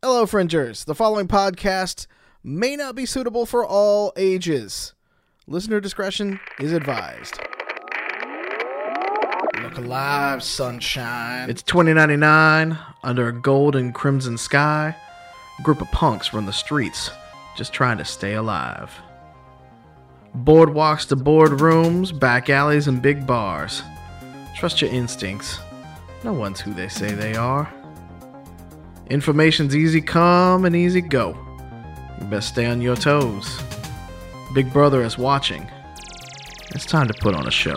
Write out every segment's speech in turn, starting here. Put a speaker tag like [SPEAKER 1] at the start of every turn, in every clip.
[SPEAKER 1] Hello, Fringers. The following podcast may not be suitable for all ages. Listener discretion is advised. Look alive, sunshine. It's 2099 under a gold and crimson sky. A group of punks run the streets just trying to stay alive. Boardwalks to boardrooms, back alleys, and big bars. Trust your instincts. No one's who they say they are. Information's easy come and easy go. You best stay on your toes. Big Brother is watching. It's time to put on a show.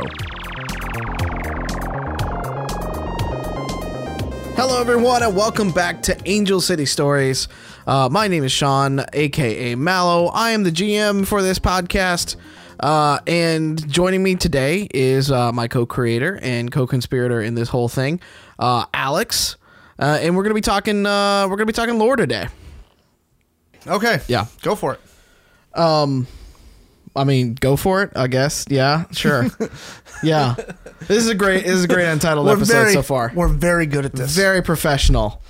[SPEAKER 1] Hello, everyone, and welcome back to Angel City Stories. Uh, my name is Sean, aka Mallow. I am the GM for this podcast. Uh, and joining me today is uh, my co creator and co conspirator in this whole thing, uh, Alex. Uh, and we're gonna be talking. Uh, we're gonna be talking lore today.
[SPEAKER 2] Okay.
[SPEAKER 1] Yeah.
[SPEAKER 2] Go for it.
[SPEAKER 1] I mean, go for it. I guess. Yeah. Sure. yeah. This is a great. This is a great untitled episode so far.
[SPEAKER 2] We're very good at this.
[SPEAKER 1] very professional.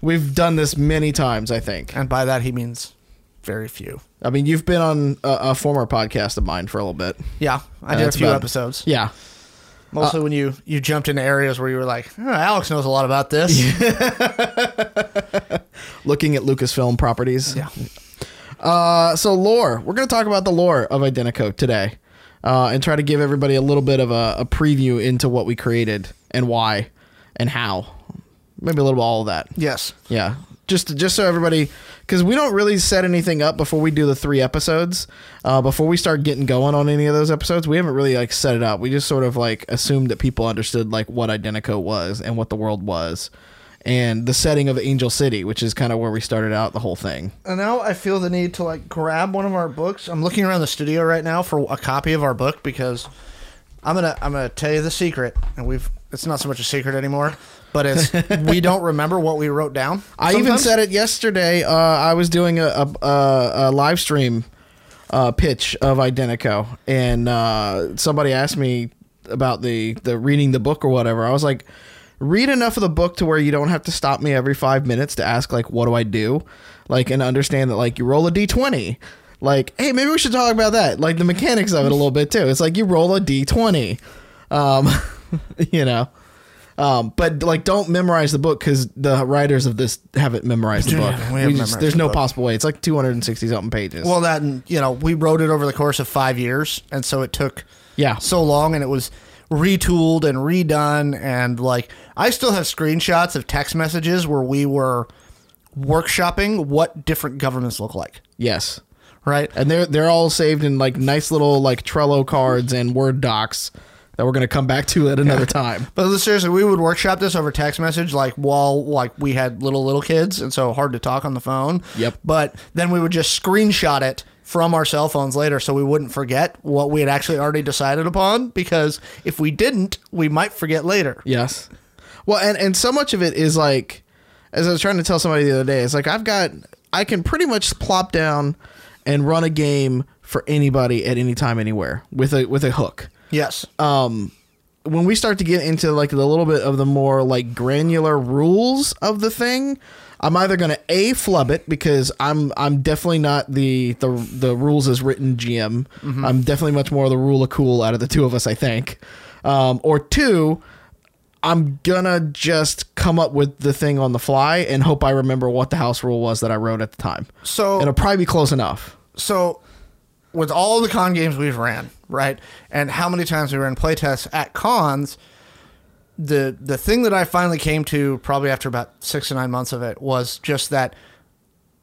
[SPEAKER 1] We've done this many times, I think.
[SPEAKER 2] and by that he means very few.
[SPEAKER 1] I mean, you've been on a, a former podcast of mine for a little bit.
[SPEAKER 2] Yeah. I
[SPEAKER 1] Yeah,
[SPEAKER 2] did a
[SPEAKER 1] that's
[SPEAKER 2] few
[SPEAKER 1] about-
[SPEAKER 2] episodes.
[SPEAKER 1] Yeah.
[SPEAKER 2] Mostly when you you jumped into areas where you were like, oh, Alex knows a lot about this. Yeah.
[SPEAKER 1] Looking at Lucasfilm properties. Uh, so lore. We're going to talk about the lore of Identico today, uh, and try to give everybody a little bit of a, a preview into what we created and why, and how. Maybe a little bit of all of that.
[SPEAKER 2] Yes.
[SPEAKER 1] Yeah. Just, just so everybody, because we don't really set anything up before we do the three episodes. Uh, before we start getting going on any of those episodes, we haven't really like set it up. We just sort of like assumed that people understood like what Identico was and what the world was, and the setting of Angel City, which is kind of where we started out the whole thing.
[SPEAKER 2] And now I feel the need to like grab one of our books. I'm looking around the studio right now for a copy of our book because I'm gonna I'm gonna tell you the secret, and we've it's not so much a secret anymore, but it's we don't remember what we wrote down.
[SPEAKER 1] I even
[SPEAKER 2] sometimes.
[SPEAKER 1] said it yesterday. Uh, I was doing a, a, a, a live stream uh, pitch of Identico, and uh, somebody asked me about the, the reading the book or whatever. I was like, read enough of the book to where you don't have to stop me every five minutes to ask like, what do I do? Like, and understand that like you roll a d twenty. Like, hey, maybe we should talk about that, like the mechanics of it a little bit too. It's like you roll a d twenty, um, you know. Um, but like, don't memorize the book because the writers of this haven't memorized the
[SPEAKER 2] Yeah,
[SPEAKER 1] book.
[SPEAKER 2] we haven't
[SPEAKER 1] We just-
[SPEAKER 2] memorized
[SPEAKER 1] there's
[SPEAKER 2] the
[SPEAKER 1] no
[SPEAKER 2] book.
[SPEAKER 1] possible way. It's like 260 something pages.
[SPEAKER 2] Well, that and you know we wrote it over the course of five years, and so it took
[SPEAKER 1] Yeah.
[SPEAKER 2] so long, and it was retooled and redone, and like I still have screenshots of text messages where we were workshopping what different governments look like,
[SPEAKER 1] yes,
[SPEAKER 2] right?
[SPEAKER 1] and they're they're all saved in like nice little like Trello cards and Word docs that we're gonna come back to at another time.
[SPEAKER 2] But seriously, we would workshop this over text message, like while like we had little little kids, and so hard to talk on the phone.
[SPEAKER 1] Yep.
[SPEAKER 2] But then we would just screenshot it from our cell phones later, so we wouldn't forget what we had actually already decided upon. Because if we didn't, we might forget later.
[SPEAKER 1] Yes. Well, and and so much of it is like, as I was trying to tell somebody the other day, it's like I've got I can pretty much plop down and run a game for anybody at any time anywhere with a with a hook.
[SPEAKER 2] Yes.
[SPEAKER 1] when we start to get into like the little bit of the more like granular rules of the thing, I'm either gonna a flub it because I'm I'm definitely not the the the rules as written GM.
[SPEAKER 2] Mm-hmm.
[SPEAKER 1] I'm definitely much more the rule of cool out of the two of us, I think. Um, or two, I'm gonna just come up with the thing on the fly and hope I remember what the house rule was that I wrote at the time.
[SPEAKER 2] So-
[SPEAKER 1] it'll probably be close enough.
[SPEAKER 2] so with all the con games we've ran, right, and how many times we ran playtests at cons, the the thing that I finally came to probably after about six to nine months of it was just that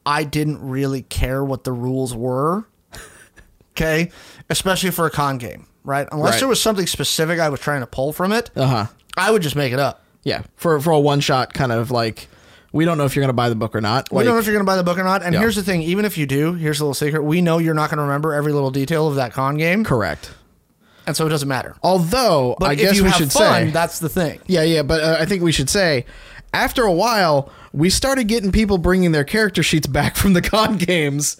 [SPEAKER 2] I didn't really care what the rules were. Okay, especially for a con game, right? Unless
[SPEAKER 1] Right.
[SPEAKER 2] there was something specific I was trying to pull from it,
[SPEAKER 1] Uh huh.
[SPEAKER 2] I would just make it up.
[SPEAKER 1] Yeah. For for a one shot kind of like. We don't know if you're going to buy the book or not.
[SPEAKER 2] we
[SPEAKER 1] Like-
[SPEAKER 2] don't know if you're going to buy the book or not. And
[SPEAKER 1] Yeah.
[SPEAKER 2] here's the thing: even if you do, here's a little secret. We know you're not going to remember every little detail of that con game,
[SPEAKER 1] Correct.
[SPEAKER 2] and so it doesn't matter.
[SPEAKER 1] Although
[SPEAKER 2] But
[SPEAKER 1] I
[SPEAKER 2] if
[SPEAKER 1] guess
[SPEAKER 2] you
[SPEAKER 1] we
[SPEAKER 2] have
[SPEAKER 1] should
[SPEAKER 2] fun,
[SPEAKER 1] say,
[SPEAKER 2] that's the thing.
[SPEAKER 1] yeah, yeah, but uh, I think we should say, after a while, we started getting people bringing their character sheets back from the con games,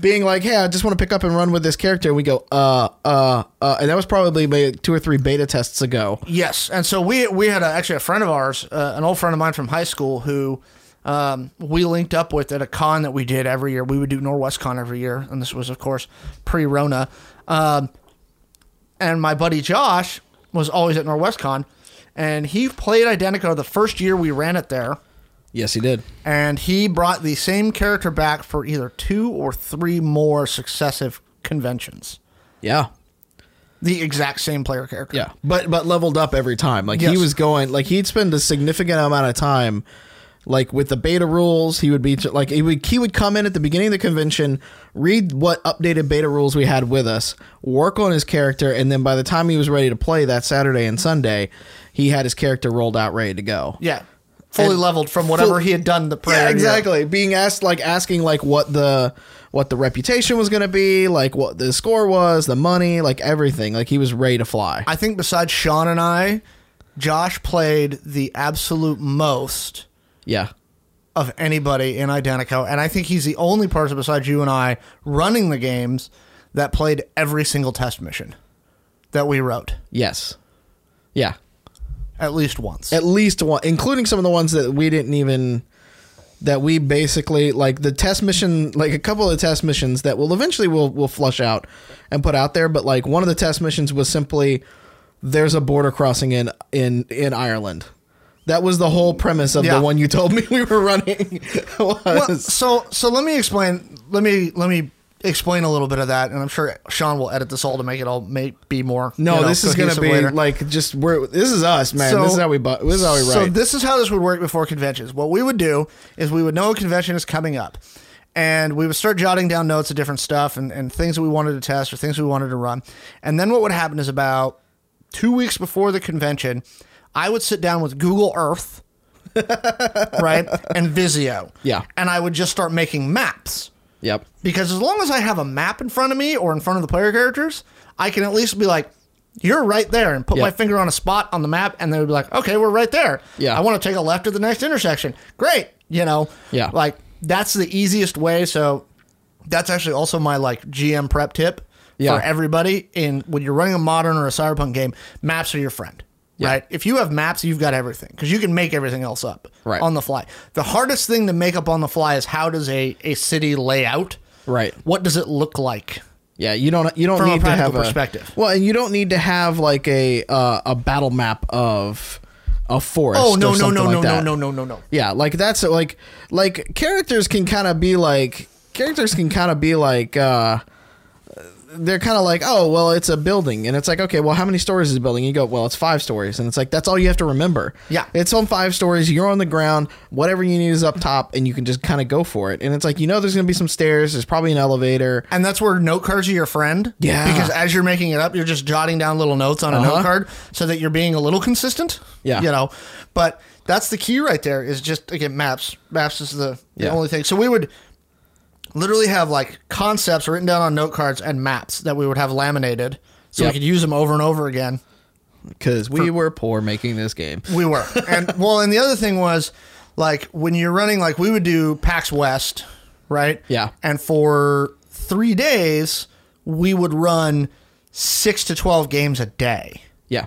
[SPEAKER 1] being like, "Hey, I just want to pick up and run with this character," and we go, "Uh, uh, uh," and that was probably maybe two or three beta tests ago.
[SPEAKER 2] Yes, and so we we had a, actually a friend of ours, uh, an old friend of mine from high school, who um, we linked up with at a con that we did every year. We would do Norwest Con every year, and this was, of course, pre-Rona. Um, and my buddy Josh was always at Norwest Con, and he played Identico the first year we ran it there
[SPEAKER 1] Yes, he did.
[SPEAKER 2] and he brought the same character back for either two or three more successive conventions.
[SPEAKER 1] Yeah.
[SPEAKER 2] The exact same player character.
[SPEAKER 1] Yeah, but but leveled up every time. Like he
[SPEAKER 2] Yes.
[SPEAKER 1] was going, like he'd spend a significant amount of time, like with the beta rules. He would be like he would he would come in at the beginning of the convention, read what updated beta rules we had with us, work on his character, and then by the time he was ready to play that Saturday and Sunday, he had his character rolled out ready to go.
[SPEAKER 2] Yeah. Fully
[SPEAKER 1] And
[SPEAKER 2] leveled from whatever
[SPEAKER 1] full-
[SPEAKER 2] he had done the prior
[SPEAKER 1] Yeah,
[SPEAKER 2] year.
[SPEAKER 1] exactly. Being asked like asking like what the what the reputation was going to be, like what the score was, the money, like everything. Like he was ready to fly.
[SPEAKER 2] I think besides Sean and I, Josh played the absolute most
[SPEAKER 1] yeah.
[SPEAKER 2] of anybody in Identico, and I think he's the only person besides you and I running the games that played every single test mission that we wrote
[SPEAKER 1] Yes. Yeah.
[SPEAKER 2] at least once.
[SPEAKER 1] at least one, including some of the ones that we didn't even that we basically like the test mission, like a couple of the test missions that will eventually will will flush out and put out there. But like one of the test missions was simply there's a border crossing in in in Ireland. That was the whole premise of
[SPEAKER 2] Yeah.
[SPEAKER 1] the one you told me we were running. was.
[SPEAKER 2] Well, so so let me explain. Let me let me explain a little bit of that, and I'm sure Sean will edit this all to make it all may be more.
[SPEAKER 1] no,
[SPEAKER 2] you know,
[SPEAKER 1] this is gonna
[SPEAKER 2] cohesive
[SPEAKER 1] be
[SPEAKER 2] later.
[SPEAKER 1] like just we're this is us, man. this is how we bu- this is how we write.
[SPEAKER 2] So this is how this would work before conventions. What we would do is we would know a convention is coming up, and we would start jotting down notes of different stuff and, and things that we wanted to test or things we wanted to run. And then what would happen is about two weeks before the convention, I would sit down with Google Earth, right, and Visio.
[SPEAKER 1] Yeah.
[SPEAKER 2] And I would just start making maps
[SPEAKER 1] yep.
[SPEAKER 2] because as long as I have a map in front of me or in front of the player characters, I can at least be like, "You're right there," and put
[SPEAKER 1] Yeah.
[SPEAKER 2] my finger on a spot on the map, and they would be like, "Okay, we're right there."
[SPEAKER 1] Yeah.
[SPEAKER 2] I want to take a left at the next intersection. Great, you know.
[SPEAKER 1] Yeah.
[SPEAKER 2] like that's the easiest way. So that's actually also my like GM prep tip
[SPEAKER 1] Yeah.
[SPEAKER 2] for everybody. In when you're running a modern or a cyberpunk game, maps are your friend.
[SPEAKER 1] Yeah.
[SPEAKER 2] Right. If you have maps, you've got everything because you can make everything else up
[SPEAKER 1] Right.
[SPEAKER 2] on the fly. The hardest thing to make up on the fly is how does a, a city lay out?
[SPEAKER 1] Right.
[SPEAKER 2] What does it look like?
[SPEAKER 1] Yeah, you don't you don't
[SPEAKER 2] From a
[SPEAKER 1] need to
[SPEAKER 2] practical
[SPEAKER 1] have a
[SPEAKER 2] perspective.
[SPEAKER 1] Well, and you don't need to have like a uh, a battle map of a forest.
[SPEAKER 2] Oh
[SPEAKER 1] or
[SPEAKER 2] no no
[SPEAKER 1] something
[SPEAKER 2] no
[SPEAKER 1] like
[SPEAKER 2] no
[SPEAKER 1] that.
[SPEAKER 2] no no no no no.
[SPEAKER 1] Yeah, like that's like like characters can kind of be like characters can kind of be like uh they're kind of like oh well it's a building and it's like okay well how many stories is the building you go well it's five stories and it's like that's all you have to remember
[SPEAKER 2] Yeah.
[SPEAKER 1] it's on five stories you're on the ground whatever you need is up top and you can just kind of go for it and it's like you know there's gonna be some stairs there's probably an elevator
[SPEAKER 2] And that's where note cards are your friend.
[SPEAKER 1] Yeah.
[SPEAKER 2] Because as you're making it up, you're just jotting down little notes on a
[SPEAKER 1] Uh-huh.
[SPEAKER 2] note card so that you're being a little consistent.
[SPEAKER 1] Yeah.
[SPEAKER 2] You know, but that's the key right there is just, again, maps. Maps is the, the
[SPEAKER 1] Yeah.
[SPEAKER 2] only thing. So we would literally have like concepts written down on note cards and maps that we would have laminated so
[SPEAKER 1] Yep.
[SPEAKER 2] we could use them over and over again.
[SPEAKER 1] because we were poor making this game
[SPEAKER 2] We were. And well, and the other thing was like when you're running like we would do PAX West, right?
[SPEAKER 1] Yeah.
[SPEAKER 2] And for 3 days, we would run 6 to 12 games a day
[SPEAKER 1] Yeah.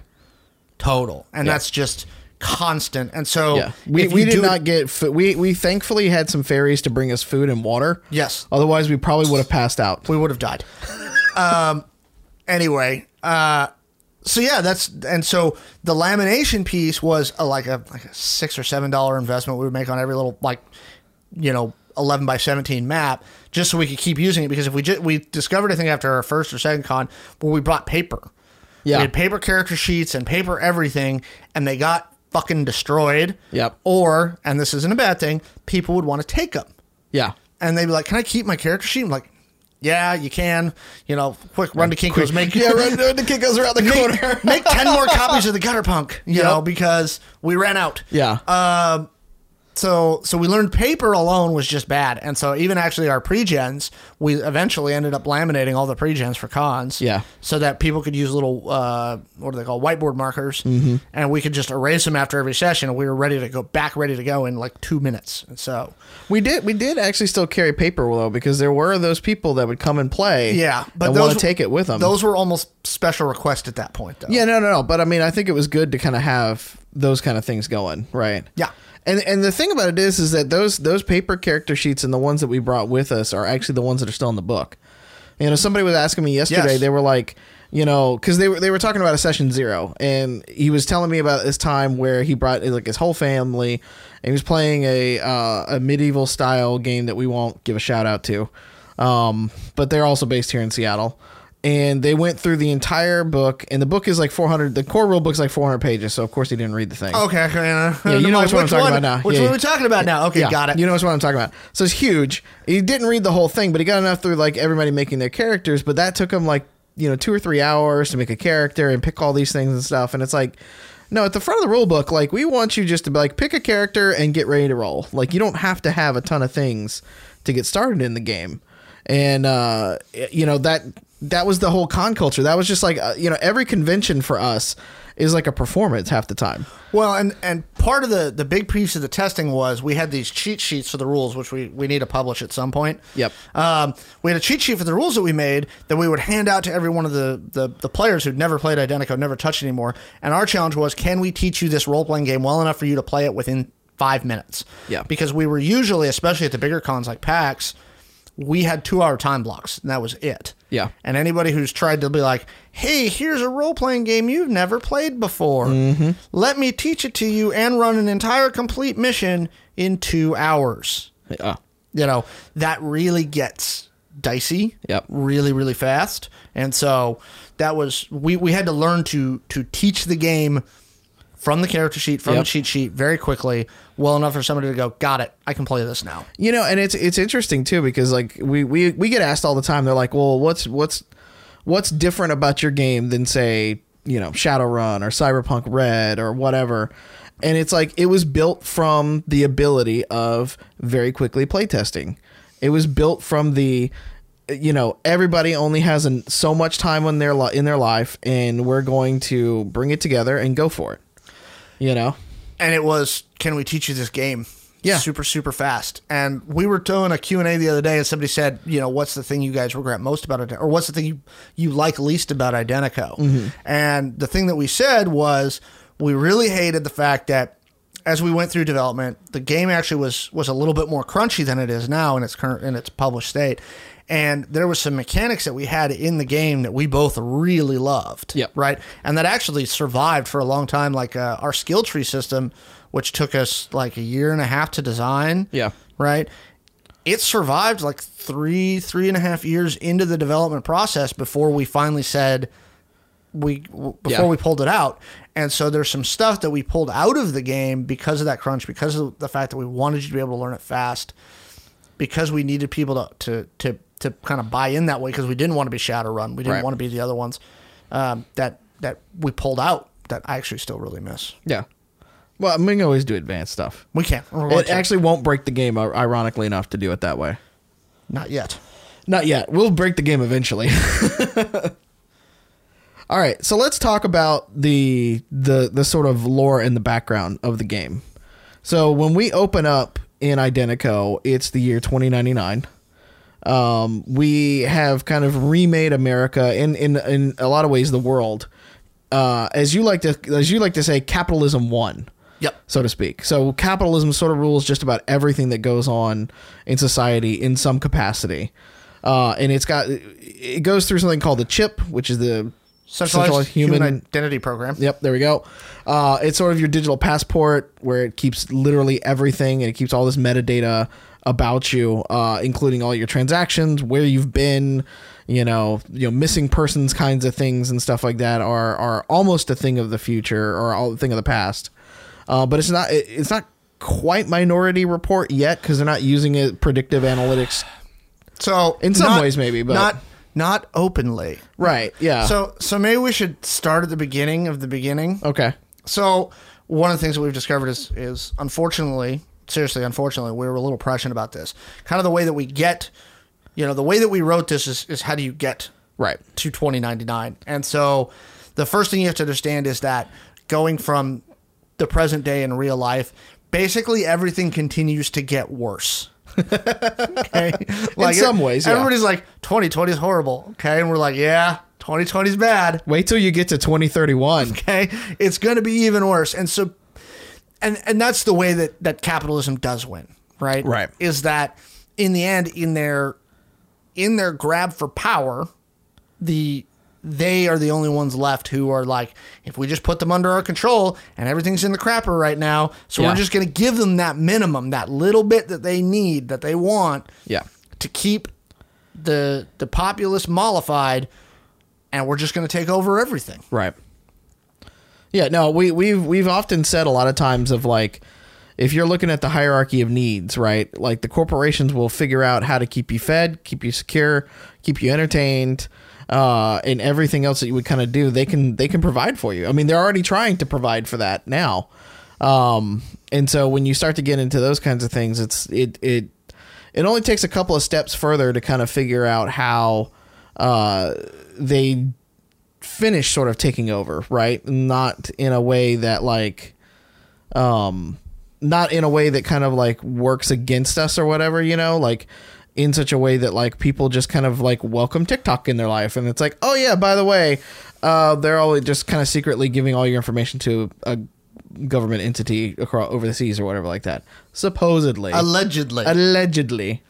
[SPEAKER 2] total. And
[SPEAKER 1] Yeah.
[SPEAKER 2] that's just constant. And so
[SPEAKER 1] Yeah. Oh, We,
[SPEAKER 2] if
[SPEAKER 1] we
[SPEAKER 2] you
[SPEAKER 1] did
[SPEAKER 2] do-
[SPEAKER 1] not get food. We, we thankfully had some fairies to bring us food and water.
[SPEAKER 2] Yes.
[SPEAKER 1] Otherwise, we probably would have passed out.
[SPEAKER 2] we would have died. um, anyway, uh, so yeah, that's and so the lamination piece was a, like a like a six or seven dollar investment we would make on every little like you know eleven by seventeen map just so we could keep using it because if we just we discovered I think after our first or second con where we brought paper,
[SPEAKER 1] Yeah.
[SPEAKER 2] we had paper character sheets and paper everything, and they got fucking destroyed.
[SPEAKER 1] Yep.
[SPEAKER 2] Or and this isn't a bad thing, people would want to take them
[SPEAKER 1] Yeah.
[SPEAKER 2] and they'd be like, "Can I keep my character sheet?" I'm like, "Yeah, you can." You know, quick run to Kinko's, make
[SPEAKER 1] Yeah, right there, the kid goes around the corner.
[SPEAKER 2] make, make ten more copies of the Gutter Punk. You
[SPEAKER 1] Yep.
[SPEAKER 2] know, because we ran out.
[SPEAKER 1] yeah.
[SPEAKER 2] So so we learned paper alone was just bad, and so even actually our pre-gens, we eventually ended up laminating all the pre-gens for cons.
[SPEAKER 1] Yeah.
[SPEAKER 2] So that people could use little uh, what do they call whiteboard markers,
[SPEAKER 1] Mm-hmm.
[SPEAKER 2] and we could just erase them after every session, and we were ready to go back, ready to go in like two minutes. And so
[SPEAKER 1] we did we did actually still carry paper though because there were those people that would come and play.
[SPEAKER 2] yeah, but
[SPEAKER 1] and
[SPEAKER 2] those
[SPEAKER 1] want to take it with them.
[SPEAKER 2] Those were almost special requests at that point, though.
[SPEAKER 1] Yeah, no, no, no. But I mean, I think it was good to kind of have those kind of things going, right?
[SPEAKER 2] Yeah.
[SPEAKER 1] And and the thing about it is, is that those those paper character sheets and the ones that we brought with us are actually the ones that are still in the book. You know, somebody was asking me yesterday.
[SPEAKER 2] Yes.
[SPEAKER 1] They were like, you know, because they were they were talking about a session zero, and he was telling me about this time where he brought like his whole family, and he was playing a uh, a medieval style game that we won't give a shout out to, um, but they're also based here in Seattle. And they went through the entire book, and the book is like 400. The core rule book's like 400 pages, so of course he didn't read the thing.
[SPEAKER 2] Okay, okay. Yeah,
[SPEAKER 1] you know which one I'm talking about now.
[SPEAKER 2] Which
[SPEAKER 1] Yeah,
[SPEAKER 2] one
[SPEAKER 1] yeah.
[SPEAKER 2] are we talking about now? Okay, got it.
[SPEAKER 1] You know what I'm talking about. So it's huge. He didn't read the whole thing, but he got enough through like everybody making their characters. But that took him like you know two or three hours to make a character and pick all these things and stuff. And it's like, no, at the front of the rule book, like we want you just to like pick a character and get ready to roll. Like you don't have to have a ton of things to get started in the game. And uh, you know that that was the whole con culture. That was just like uh, you know every convention for us is like a performance half the time.
[SPEAKER 2] Well, and and part of the the big piece of the testing was we had these cheat sheets for the rules, which we we need to publish at some point.
[SPEAKER 1] Yep.
[SPEAKER 2] Um, we had a cheat sheet for the rules that we made that we would hand out to every one of the the, the players who'd never played Identico, never touched it anymore. And our challenge was, can we teach you this role playing game well enough for you to play it within five minutes?
[SPEAKER 1] Yeah.
[SPEAKER 2] Because we were usually, especially at the bigger cons like PAX, we had two hour time blocks, and that was it.
[SPEAKER 1] Yeah.
[SPEAKER 2] And anybody who's tried to be like, hey, here's a role playing game you've never played before.
[SPEAKER 1] Mm-hmm.
[SPEAKER 2] Let me teach it to you and run an entire complete mission in two hours.
[SPEAKER 1] Yeah.
[SPEAKER 2] You know, that really gets dicey.
[SPEAKER 1] Yep.
[SPEAKER 2] Really, really fast. And so that was we, we had to learn to to teach the game from the character sheet, from
[SPEAKER 1] Yep.
[SPEAKER 2] the cheat sheet very quickly, well enough for somebody to go, Got it, I can play this now.
[SPEAKER 1] You know, and it's it's interesting too because like we we we get asked all the time. They're like, "Well, what's what's what's different about your game than say you know Shadowrun or Cyberpunk Red or whatever?" And it's like it was built from the ability of very quickly playtesting. It was built from the you know everybody only has an, so much time on their li- in their life, and we're going to bring it together and go for it. You know,
[SPEAKER 2] and it was can we teach you this game
[SPEAKER 1] Yeah.
[SPEAKER 2] super super fast and we were doing a q&a the other day and somebody said you know what's the thing you guys regret most about it or what's the thing you, you like least about identico
[SPEAKER 1] Mm-hmm.
[SPEAKER 2] and the thing that we said was we really hated the fact that as we went through development the game actually was was a little bit more crunchy than it is now in its current in its published state and there was some mechanics that we had in the game that we both really loved
[SPEAKER 1] Yep.
[SPEAKER 2] right and that actually survived for a long time like uh, our skill tree system which took us like a year and a half to design
[SPEAKER 1] Yeah.
[SPEAKER 2] right it survived like three three and a half years into the development process before we finally said we w- before
[SPEAKER 1] Yeah.
[SPEAKER 2] we pulled it out and so there's some stuff that we pulled out of the game because of that crunch because of the fact that we wanted you to be able to learn it fast because we needed people to to to, to kind of buy in that way because we didn't want to be Shadowrun, we didn't
[SPEAKER 1] Right.
[SPEAKER 2] want to be the other ones um, that that we pulled out that I actually still really miss.
[SPEAKER 1] yeah. Well, I mean, we can always do advanced stuff.
[SPEAKER 2] We can't. We're going
[SPEAKER 1] It
[SPEAKER 2] to.
[SPEAKER 1] actually won't break the game, ir- ironically enough, to do it that way.
[SPEAKER 2] not yet.
[SPEAKER 1] Not yet. We'll break the game eventually. All right, so let's talk about the the the sort of lore and the background of the game. So when we open up in Identico, it's the year 2099. Um, we have kind of remade America in in in a lot of ways the world. Uh, as you like to as you like to say, capitalism won
[SPEAKER 2] Yep.
[SPEAKER 1] so to speak. So capitalism sort of rules just about everything that goes on in society in some capacity. Uh, and it's got it goes through something called the chip, which is the
[SPEAKER 2] Centralized, human, identity program.
[SPEAKER 1] Yep, there we go. Uh, it's sort of your digital passport where it keeps literally everything and it keeps all this metadata about you, uh, including all your transactions, where you've been, you know, you know, missing persons kinds of things and stuff like that are are almost a thing of the future or all a thing of the past. Uh, but it's not it, it's not quite minority report yet because they're not using it predictive analytics.
[SPEAKER 2] So
[SPEAKER 1] In some ways maybe, but- Ah.
[SPEAKER 2] not not openly.
[SPEAKER 1] Right. Yeah.
[SPEAKER 2] So so maybe we should start at the beginning of the beginning.
[SPEAKER 1] okay.
[SPEAKER 2] So one of the things that we've discovered is is unfortunately, seriously, unfortunately, we were a little prescient about this. Kind of the way that we get, you know, the way that we wrote this is is how do you get
[SPEAKER 1] Right.
[SPEAKER 2] to 2099. And so the first thing you have to understand is that going from the present day in real life, basically everything continues to get worse. okay? Like,
[SPEAKER 1] some ways, yeah.
[SPEAKER 2] Everybody's like 2020 is horrible, okay? And we're like, yeah, 2020 is bad
[SPEAKER 1] Wait till you get to 2031.
[SPEAKER 2] okay it's going to be even worse and so and and that's the way that that capitalism does win, right?
[SPEAKER 1] Right.
[SPEAKER 2] Is that in the end in their in their grab for power, the they are the only ones left who are like, if we just put them under our control and everything's in the crapper right now, so
[SPEAKER 1] Yeah.
[SPEAKER 2] we're just going to give them that minimum, that little bit that they need, that they want,
[SPEAKER 1] Yeah.
[SPEAKER 2] to keep the the populace mollified, and we're just going to take over everything.
[SPEAKER 1] Right. Yeah, no, we we've we've often said a lot of times of like if you're looking at the hierarchy of needs, right? Like the corporations will figure out how to keep you fed, keep you secure, keep you entertained, uh, and everything else that you would kind of do, they can they can provide for you. I mean, they're already trying to provide for that now. Um, and so when you start to get into those kinds of things, it's it it it only takes a couple of steps further to kind of figure out how uh, they finish sort of taking over, right? Not in a way that like um not in a way that kind of like works against us or whatever, you know, like in such a way that like people just kind of like welcome TikTok in their life and it's like, "Oh yeah, by the way, uh they're all just kind of secretly giving all your information to a government entity across over the seas or whatever like that." Supposedly
[SPEAKER 2] Allegedly,
[SPEAKER 1] allegedly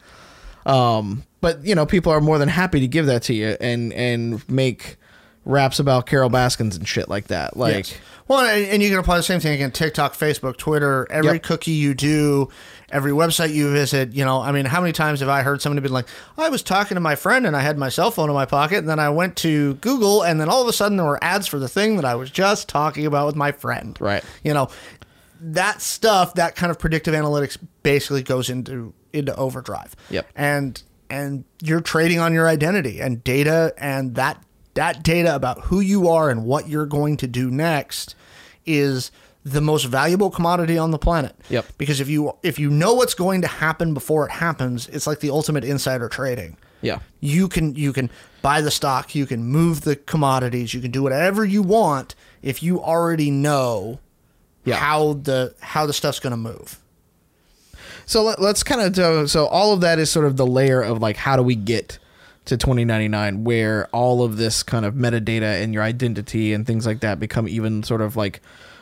[SPEAKER 1] um but you know people are more than happy to give that to you and and make raps about carol baskins and shit like that like
[SPEAKER 2] Yes. Well, and, and you can apply the same thing again: TikTok, Facebook, Twitter. Every
[SPEAKER 1] Yep.
[SPEAKER 2] cookie you do, every website you visit. You know, I mean, how many times have I heard somebody been like, "I was talking to my friend and I had my cell phone in my pocket, and then I went to Google, and then all of a sudden there were ads for the thing that I was just talking about with my friend."
[SPEAKER 1] Right.
[SPEAKER 2] You know, that stuff, that kind of predictive analytics, basically goes into into overdrive.
[SPEAKER 1] Yep.
[SPEAKER 2] And and you're trading on your identity and data and that that data about who you are and what you're going to do next is the most valuable commodity on the planet.
[SPEAKER 1] Yep.
[SPEAKER 2] Because if you if you know what's going to happen before it happens, it's like the ultimate insider trading.
[SPEAKER 1] yeah
[SPEAKER 2] You can you can buy the stock, you can move the commodities, you can do whatever you want if you already know
[SPEAKER 1] Yeah.
[SPEAKER 2] how the how the stuff's going to move.
[SPEAKER 1] so let, let's kind of do, so all of that is sort of the layer of like how do we get to 2099 where all of this kind of metadata and your identity and things like that become even sort of like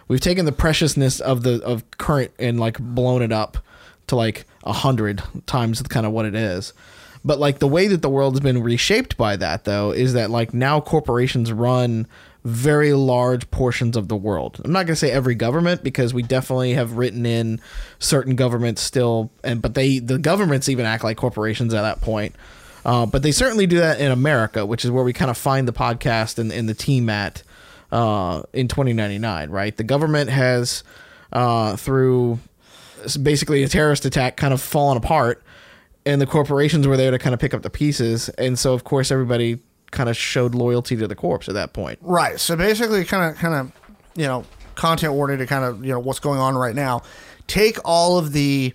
[SPEAKER 1] we've taken the preciousness of the of current and like blown it up to like a hundred times kind of what it is but like the way that the world's been reshaped by that though is that like now corporations run very large portions of the world. I'm not going to say every government because we definitely have written in certain governments still, and but they the governments even act like corporations at that point. Uh, but they certainly do that in America, which is where we kind of find the podcast and, and the team at uh, in 2099. Right, the government has uh, through s- basically a terrorist attack kind of fallen apart and the corporations were there to kind of pick up the pieces and so of course everybody kind of showed loyalty to the corpse at that point
[SPEAKER 2] Right. So basically, kind of, kind of, you know, content warning to kind of, you know, what's going on right now. Take all of the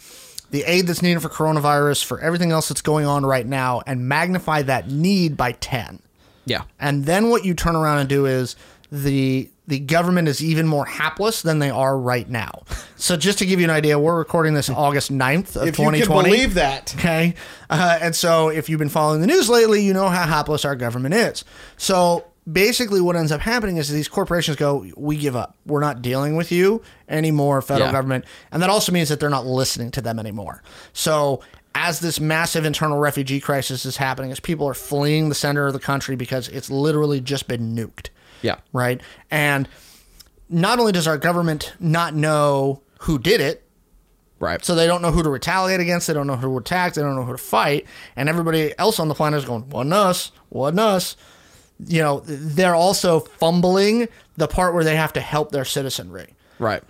[SPEAKER 2] the aid that's needed for coronavirus, for everything else that's going on right now, and magnify that need by ten.
[SPEAKER 1] yeah
[SPEAKER 2] And then what you turn around and do is the the government is even more hapless than they are right now. So just to give you an idea, we're recording this August 9th of
[SPEAKER 1] if you
[SPEAKER 2] twenty
[SPEAKER 1] can
[SPEAKER 2] twenty.
[SPEAKER 1] believe that
[SPEAKER 2] Okay. Uh, and so if you've been following the news lately, you know how hapless our government is. So basically, what ends up happening is these corporations go, We give up. We're not dealing with you anymore, federal
[SPEAKER 1] Yeah.
[SPEAKER 2] government. And that also means that they're not listening to them anymore. So as this massive internal refugee crisis is happening, as people are fleeing the center of the country because it's literally just been nuked
[SPEAKER 1] yeah
[SPEAKER 2] right? And not only does our government not know who did it,
[SPEAKER 1] right
[SPEAKER 2] so they don't know who to retaliate against, they don't know who to attack, they don't know who to fight, and everybody else on the planet is going, "One us, one us." You know, they're also fumbling the part where they have to help their citizenry.
[SPEAKER 1] right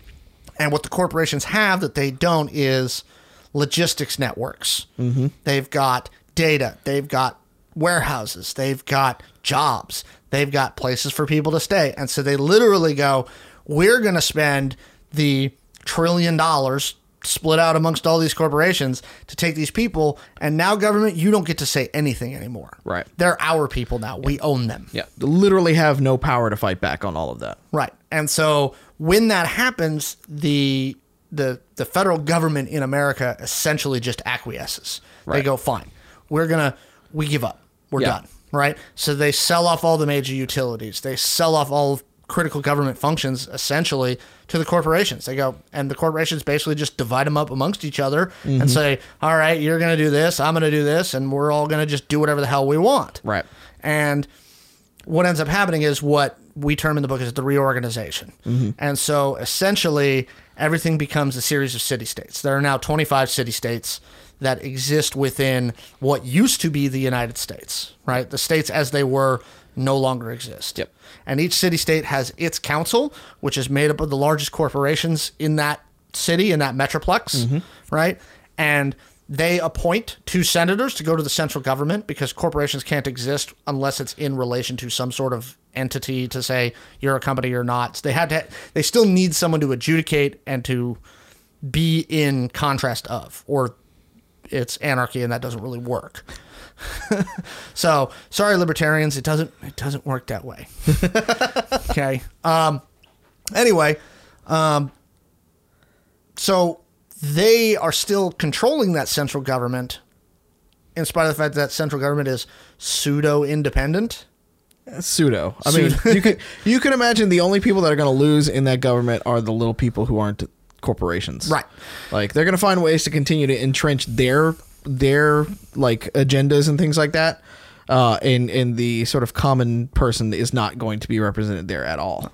[SPEAKER 2] And what the corporations have that they don't is logistics networks. Mm-hmm. They've got data, they've got warehouses, they've got jobs, they've got places for people to stay. And so they literally go, we're going to spend the trillion dollars split out amongst all these corporations to take these people. And now, government, you don't get to say anything anymore.
[SPEAKER 1] Right.
[SPEAKER 2] They're our people now. We own them.
[SPEAKER 1] yeah literally have no power to fight back on all of that
[SPEAKER 2] Right. And so when that happens, the the the federal government in America essentially just acquiesces. They
[SPEAKER 1] Right.
[SPEAKER 2] go, fine, we're gonna we give up. We're
[SPEAKER 1] Yeah.
[SPEAKER 2] done. Right? So they sell off all the major utilities. They sell off all critical government functions essentially to the corporations. They go, and the corporations basically just divide them up amongst each other
[SPEAKER 1] Mm-hmm.
[SPEAKER 2] and say, all right, you're going to do this, I'm going to do this, and we're all going to just do whatever the hell we want.
[SPEAKER 1] Right.
[SPEAKER 2] And what ends up happening is what we term in the book as the reorganization. And so essentially, everything becomes a series of city states. There are now 25 city states that exist within what used to be the United States, right? The states as they were no longer exist.
[SPEAKER 1] Yep.
[SPEAKER 2] And each city state has its council, which is made up of the largest corporations in that city, in that metroplex, right? And they appoint two senators to go to the central government because corporations can't exist unless it's in relation to some sort of entity to say you're a company or not. They had to they still need someone to adjudicate and to be in contrast of or it's anarchy and that doesn't really work. so, sorry libertarians, it doesn't it doesn't work that way. okay. Um anyway, um, so they are still controlling that central government, in spite of the fact that central government is pseudo independent.
[SPEAKER 1] Pseudo. I mean,
[SPEAKER 2] Pseudo.
[SPEAKER 1] you could you could imagine the only people that are going to lose in that government are the little people who aren't corporations.
[SPEAKER 2] Right.
[SPEAKER 1] Like they're going to find ways to continue to entrench their their like agendas and things like that. Uh, and and the sort of common person is not going to be represented there at all.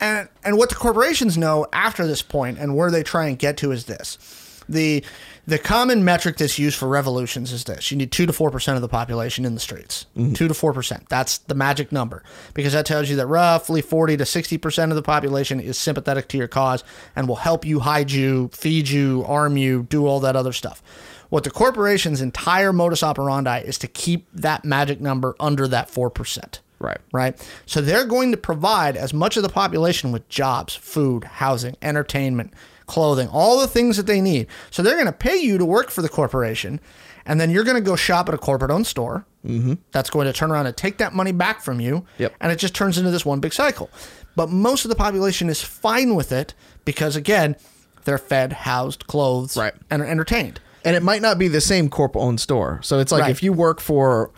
[SPEAKER 2] And and what the corporations know after this point and where they try and get to is this. The the common metric that's used for revolutions is this. You need two to four percent of the population in the streets. Two to four percent. That's the magic number. Because that tells you that roughly forty to sixty percent of the population is sympathetic to your cause and will help you hide you, feed you, arm you, do all that other stuff. What the corporation's entire modus operandi is to keep that magic number under that four percent
[SPEAKER 1] Right.
[SPEAKER 2] right? So they're going to provide as much of the population with jobs, food, housing, entertainment, clothing, all the things that they need. So they're going to pay you to work for the corporation, and then you're going to go shop at a corporate owned store mm-hmm. that's going to turn around and take that money back from you.
[SPEAKER 1] Yep.
[SPEAKER 2] And it just turns into this one big cycle. But most of the population is fine with it because, again, they're fed, housed, clothed,
[SPEAKER 1] Right.
[SPEAKER 2] and are entertained.
[SPEAKER 1] and it might not be the same corp owned store. So it's like
[SPEAKER 2] Right.
[SPEAKER 1] if you work for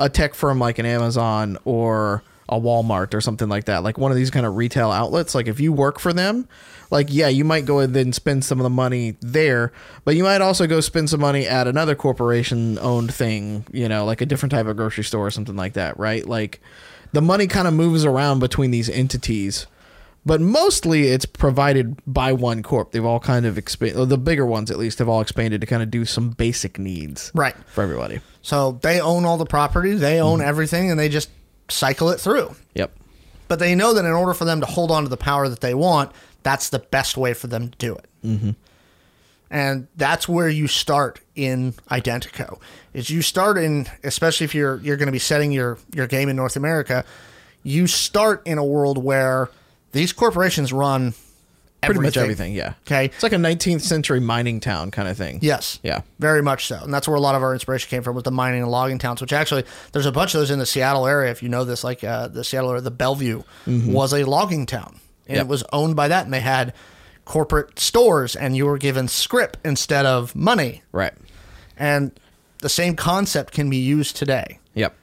[SPEAKER 1] a tech firm like an Amazon or a Walmart or something like that, like one of these kind of retail outlets, like if you work for them, like yeah, you might go and then spend some of the money there, but you might also go spend some money at another corporation owned thing, you know, like a different type of grocery store or something like that, right? Like the money kind of moves around between these entities but mostly it's provided by one corp. They've all kind of expanded, the bigger ones at least, have all expanded to kind of do some basic needs
[SPEAKER 2] Right.
[SPEAKER 1] for everybody.
[SPEAKER 2] So they own all the property, they own
[SPEAKER 1] Mm-hmm.
[SPEAKER 2] everything, and they just cycle it through.
[SPEAKER 1] Yep.
[SPEAKER 2] but they know that in order for them to hold on to the power that they want, that's the best way for them to do it. Mm-hmm. And that's where you start in Identico. Is you start in, especially if you're you're going to be setting your your game in North America, you start in a world where these corporations run
[SPEAKER 1] Pretty much everything. Yeah.
[SPEAKER 2] Okay.
[SPEAKER 1] It's like a 19th century mining town kind of thing.
[SPEAKER 2] Yes.
[SPEAKER 1] Yeah.
[SPEAKER 2] Very much so. And that's where a lot of our inspiration came from was the mining and logging towns, which actually there's a bunch of those in the Seattle area. If you know this, like uh, the Seattle area, the Bellevue
[SPEAKER 1] Mm-hmm.
[SPEAKER 2] was a logging town and
[SPEAKER 1] Yep.
[SPEAKER 2] it was owned by that. And they had corporate stores and you were given scrip instead of money.
[SPEAKER 1] Right.
[SPEAKER 2] And the same concept can be used today.
[SPEAKER 1] Yep.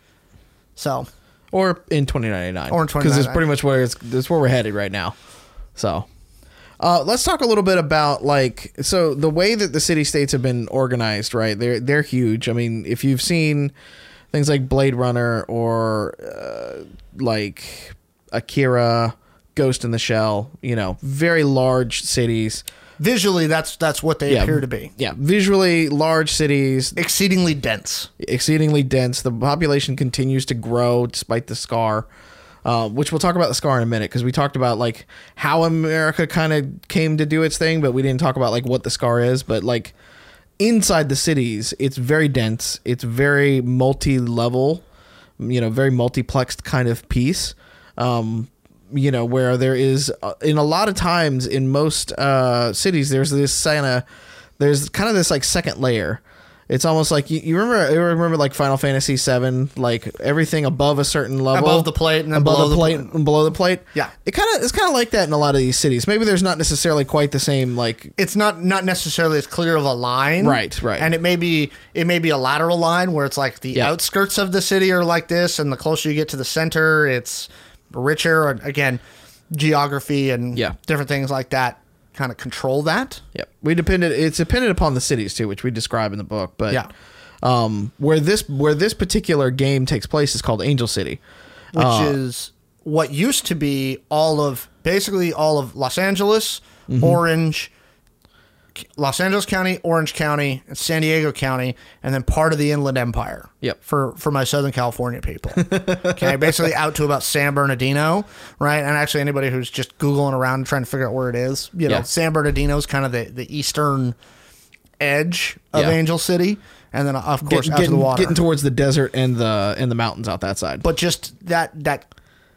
[SPEAKER 2] So
[SPEAKER 1] Or in 2099.
[SPEAKER 2] Or in
[SPEAKER 1] Because it's
[SPEAKER 2] 2099.
[SPEAKER 1] pretty much where it's that's where we're headed right now. So. Uh, let's talk a little bit about like so the way that the city states have been organized, right? They're they're huge. I mean, if you've seen things like Blade Runner or uh, like Akira, Ghost in the Shell, you know, very large cities.
[SPEAKER 2] visually, that's that's what they appear to be.
[SPEAKER 1] Yeah, visually large cities,
[SPEAKER 2] Exceedingly dense.
[SPEAKER 1] exceedingly dense. The population continues to grow despite the scar, uh, which we'll talk about the scar in a minute because we talked about like how America kind of came to do its thing, but we didn't talk about like what the scar is. But like inside the cities, it's very dense. It's very multi-level, you know, very multiplexed kind of piece. Um, you know, where there is uh, in a lot of times in most uh, cities, there's this kind of there's kind of this like second layer. It's almost like you, you remember you remember like Final Fantasy VII, like everything above a certain level,
[SPEAKER 2] Above the plate and then
[SPEAKER 1] above
[SPEAKER 2] below
[SPEAKER 1] the
[SPEAKER 2] the
[SPEAKER 1] plate, and below the plate.
[SPEAKER 2] Yeah.
[SPEAKER 1] it kind of it's kind of like that in a lot of these cities. Maybe there's not necessarily quite the same like
[SPEAKER 2] it's not not necessarily as clear of a line
[SPEAKER 1] Right, right.
[SPEAKER 2] and it may be it may be a lateral line where it's like the
[SPEAKER 1] Yeah.
[SPEAKER 2] outskirts of the city are like this and the closer you get to the center it's richer and again geography and
[SPEAKER 1] Yeah.
[SPEAKER 2] different things like that kind of control that.
[SPEAKER 1] Yep. We depended it's dependent upon the cities too, which we describe in the book, but
[SPEAKER 2] Yeah.
[SPEAKER 1] um where this where this particular game takes place is called Angel City.
[SPEAKER 2] which
[SPEAKER 1] Uh,
[SPEAKER 2] is what used to be all of basically all of Los Angeles,
[SPEAKER 1] Mm-hmm.
[SPEAKER 2] Orange, Los Angeles County, Orange County, and San Diego County, and then part of the Inland Empire.
[SPEAKER 1] Yep.
[SPEAKER 2] For for my Southern California people. okay, basically out to about San Bernardino, right? And actually anybody who's just googling around and trying to figure out where it is, you know,
[SPEAKER 1] Yeah.
[SPEAKER 2] San Bernardino is kind of the the eastern edge of
[SPEAKER 1] Yeah.
[SPEAKER 2] Angel City, and then of course
[SPEAKER 1] Getting-
[SPEAKER 2] out to the
[SPEAKER 1] getting-
[SPEAKER 2] water
[SPEAKER 1] Getting towards the desert and the and the mountains out that side.
[SPEAKER 2] but just that that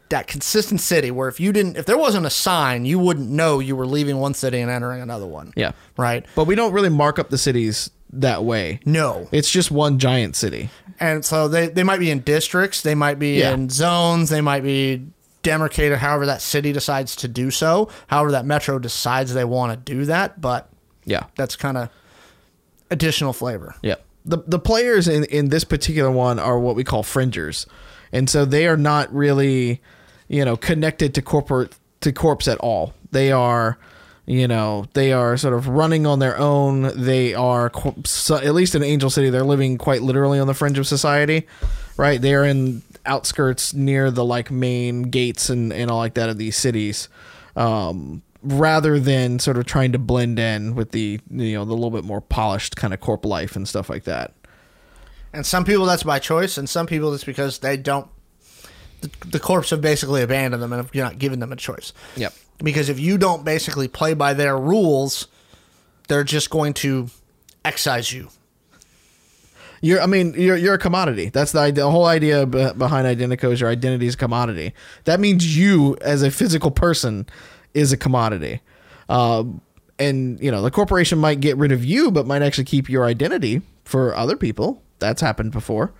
[SPEAKER 2] that consistent city where if you didn't if there wasn't a sign you wouldn't know you were leaving one city and entering another one
[SPEAKER 1] yeah.
[SPEAKER 2] right
[SPEAKER 1] But we don't really mark up the cities that way.
[SPEAKER 2] no
[SPEAKER 1] It's just one giant city.
[SPEAKER 2] and so they they might be in districts they might be
[SPEAKER 1] Yeah.
[SPEAKER 2] in zones they might be demarcated however that city decides to do so however that metro decides they want to do that but
[SPEAKER 1] Yeah.
[SPEAKER 2] that's kind of additional flavor
[SPEAKER 1] Yeah. The the players in, in this particular one are what we call fringers. And so they are not really, you know, connected to corporate to corps at all. They are you know they are sort of running on their own they are qu- so, at least in angel city they're living quite literally on the fringe of society right they're in outskirts near the like main gates and, and all like that of these cities um, rather than sort of trying to blend in with the you know the little bit more polished kind of corp life and stuff like that.
[SPEAKER 2] and some people that's by choice and some people it's because they don't the, the corps have basically abandoned them and have not given them a choice
[SPEAKER 1] Yep.
[SPEAKER 2] because if you don't basically play by their rules, they're just going to excise you.
[SPEAKER 1] You're, I mean, you're, you're a commodity. That's the, ide- the whole idea be- behind Identico is your identity is a commodity. That means you, as a physical person, is a commodity. Um, and, you know, the corporation might get rid of you, but might actually keep your identity for other people. That's happened before.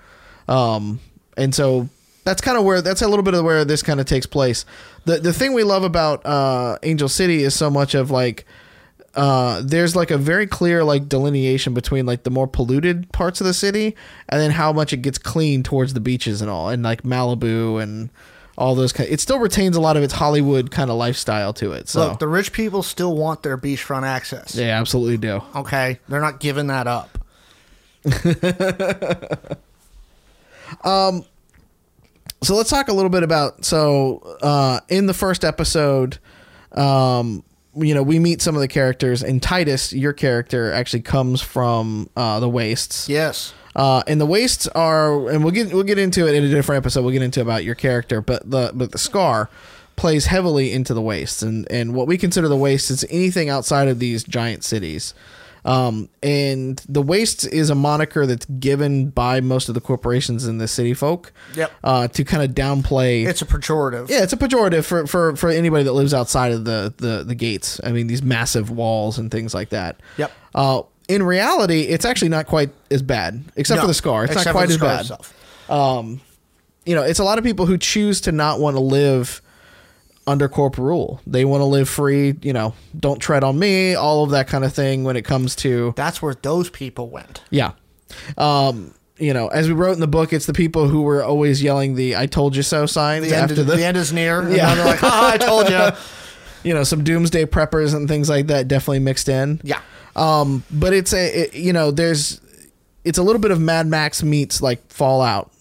[SPEAKER 1] Um, and so that's kind of where that's a little bit of where this kind of takes place. The the thing we love about uh, Angel City is so much of like uh, there's like a very clear like delineation between like the more polluted parts of the city and then how much it gets clean towards the beaches and all and like Malibu and all those kind. It still retains a lot of its Hollywood kind of lifestyle to it. So
[SPEAKER 2] Look, the rich people still want their beachfront access.
[SPEAKER 1] they absolutely do.
[SPEAKER 2] Okay, they're not giving that up.
[SPEAKER 1] so let's talk a little bit about so uh, in the first episode um, you know we meet some of the characters and titus your character actually comes from uh, the wastes
[SPEAKER 2] Yes,
[SPEAKER 1] uh, and the wastes are, and we'll get we'll get into it in a different episode. We'll get into about your character, but the but the scar plays heavily into the wastes, and and what we consider the wastes is anything outside of these giant cities. Um, and the wastes is a moniker that's given by most of the corporations in the city folk.
[SPEAKER 2] Yep.
[SPEAKER 1] Uh, to kind of downplay
[SPEAKER 2] it's a pejorative.
[SPEAKER 1] yeah, it's a pejorative for, for, for anybody that lives outside of the, the, the gates. I mean, these massive walls and things like that.
[SPEAKER 2] Yep.
[SPEAKER 1] Uh, in reality, it's actually not quite as bad, except
[SPEAKER 2] No,
[SPEAKER 1] for the scar. It's not
[SPEAKER 2] except for
[SPEAKER 1] quite
[SPEAKER 2] the
[SPEAKER 1] as
[SPEAKER 2] scar
[SPEAKER 1] bad.
[SPEAKER 2] itself.
[SPEAKER 1] You know, it's a lot of people who choose to not want to live under corp rule. They want to live free. You know, don't tread on me. All of that kind of thing when it comes to
[SPEAKER 2] That's where those people went.
[SPEAKER 1] yeah. Um, you know, as we wrote in the book, it's the people who were always yelling the "I told you so" signs
[SPEAKER 2] The, end,
[SPEAKER 1] after
[SPEAKER 2] is,
[SPEAKER 1] the,
[SPEAKER 2] the end is near. Yeah,
[SPEAKER 1] Yeah.
[SPEAKER 2] they're like, "Ah, I told you.
[SPEAKER 1] you know some doomsday preppers and things like that definitely mixed in.
[SPEAKER 2] Yeah,
[SPEAKER 1] Um, but it's a it- you know there's it's a little bit of Mad Max meets like Fallout,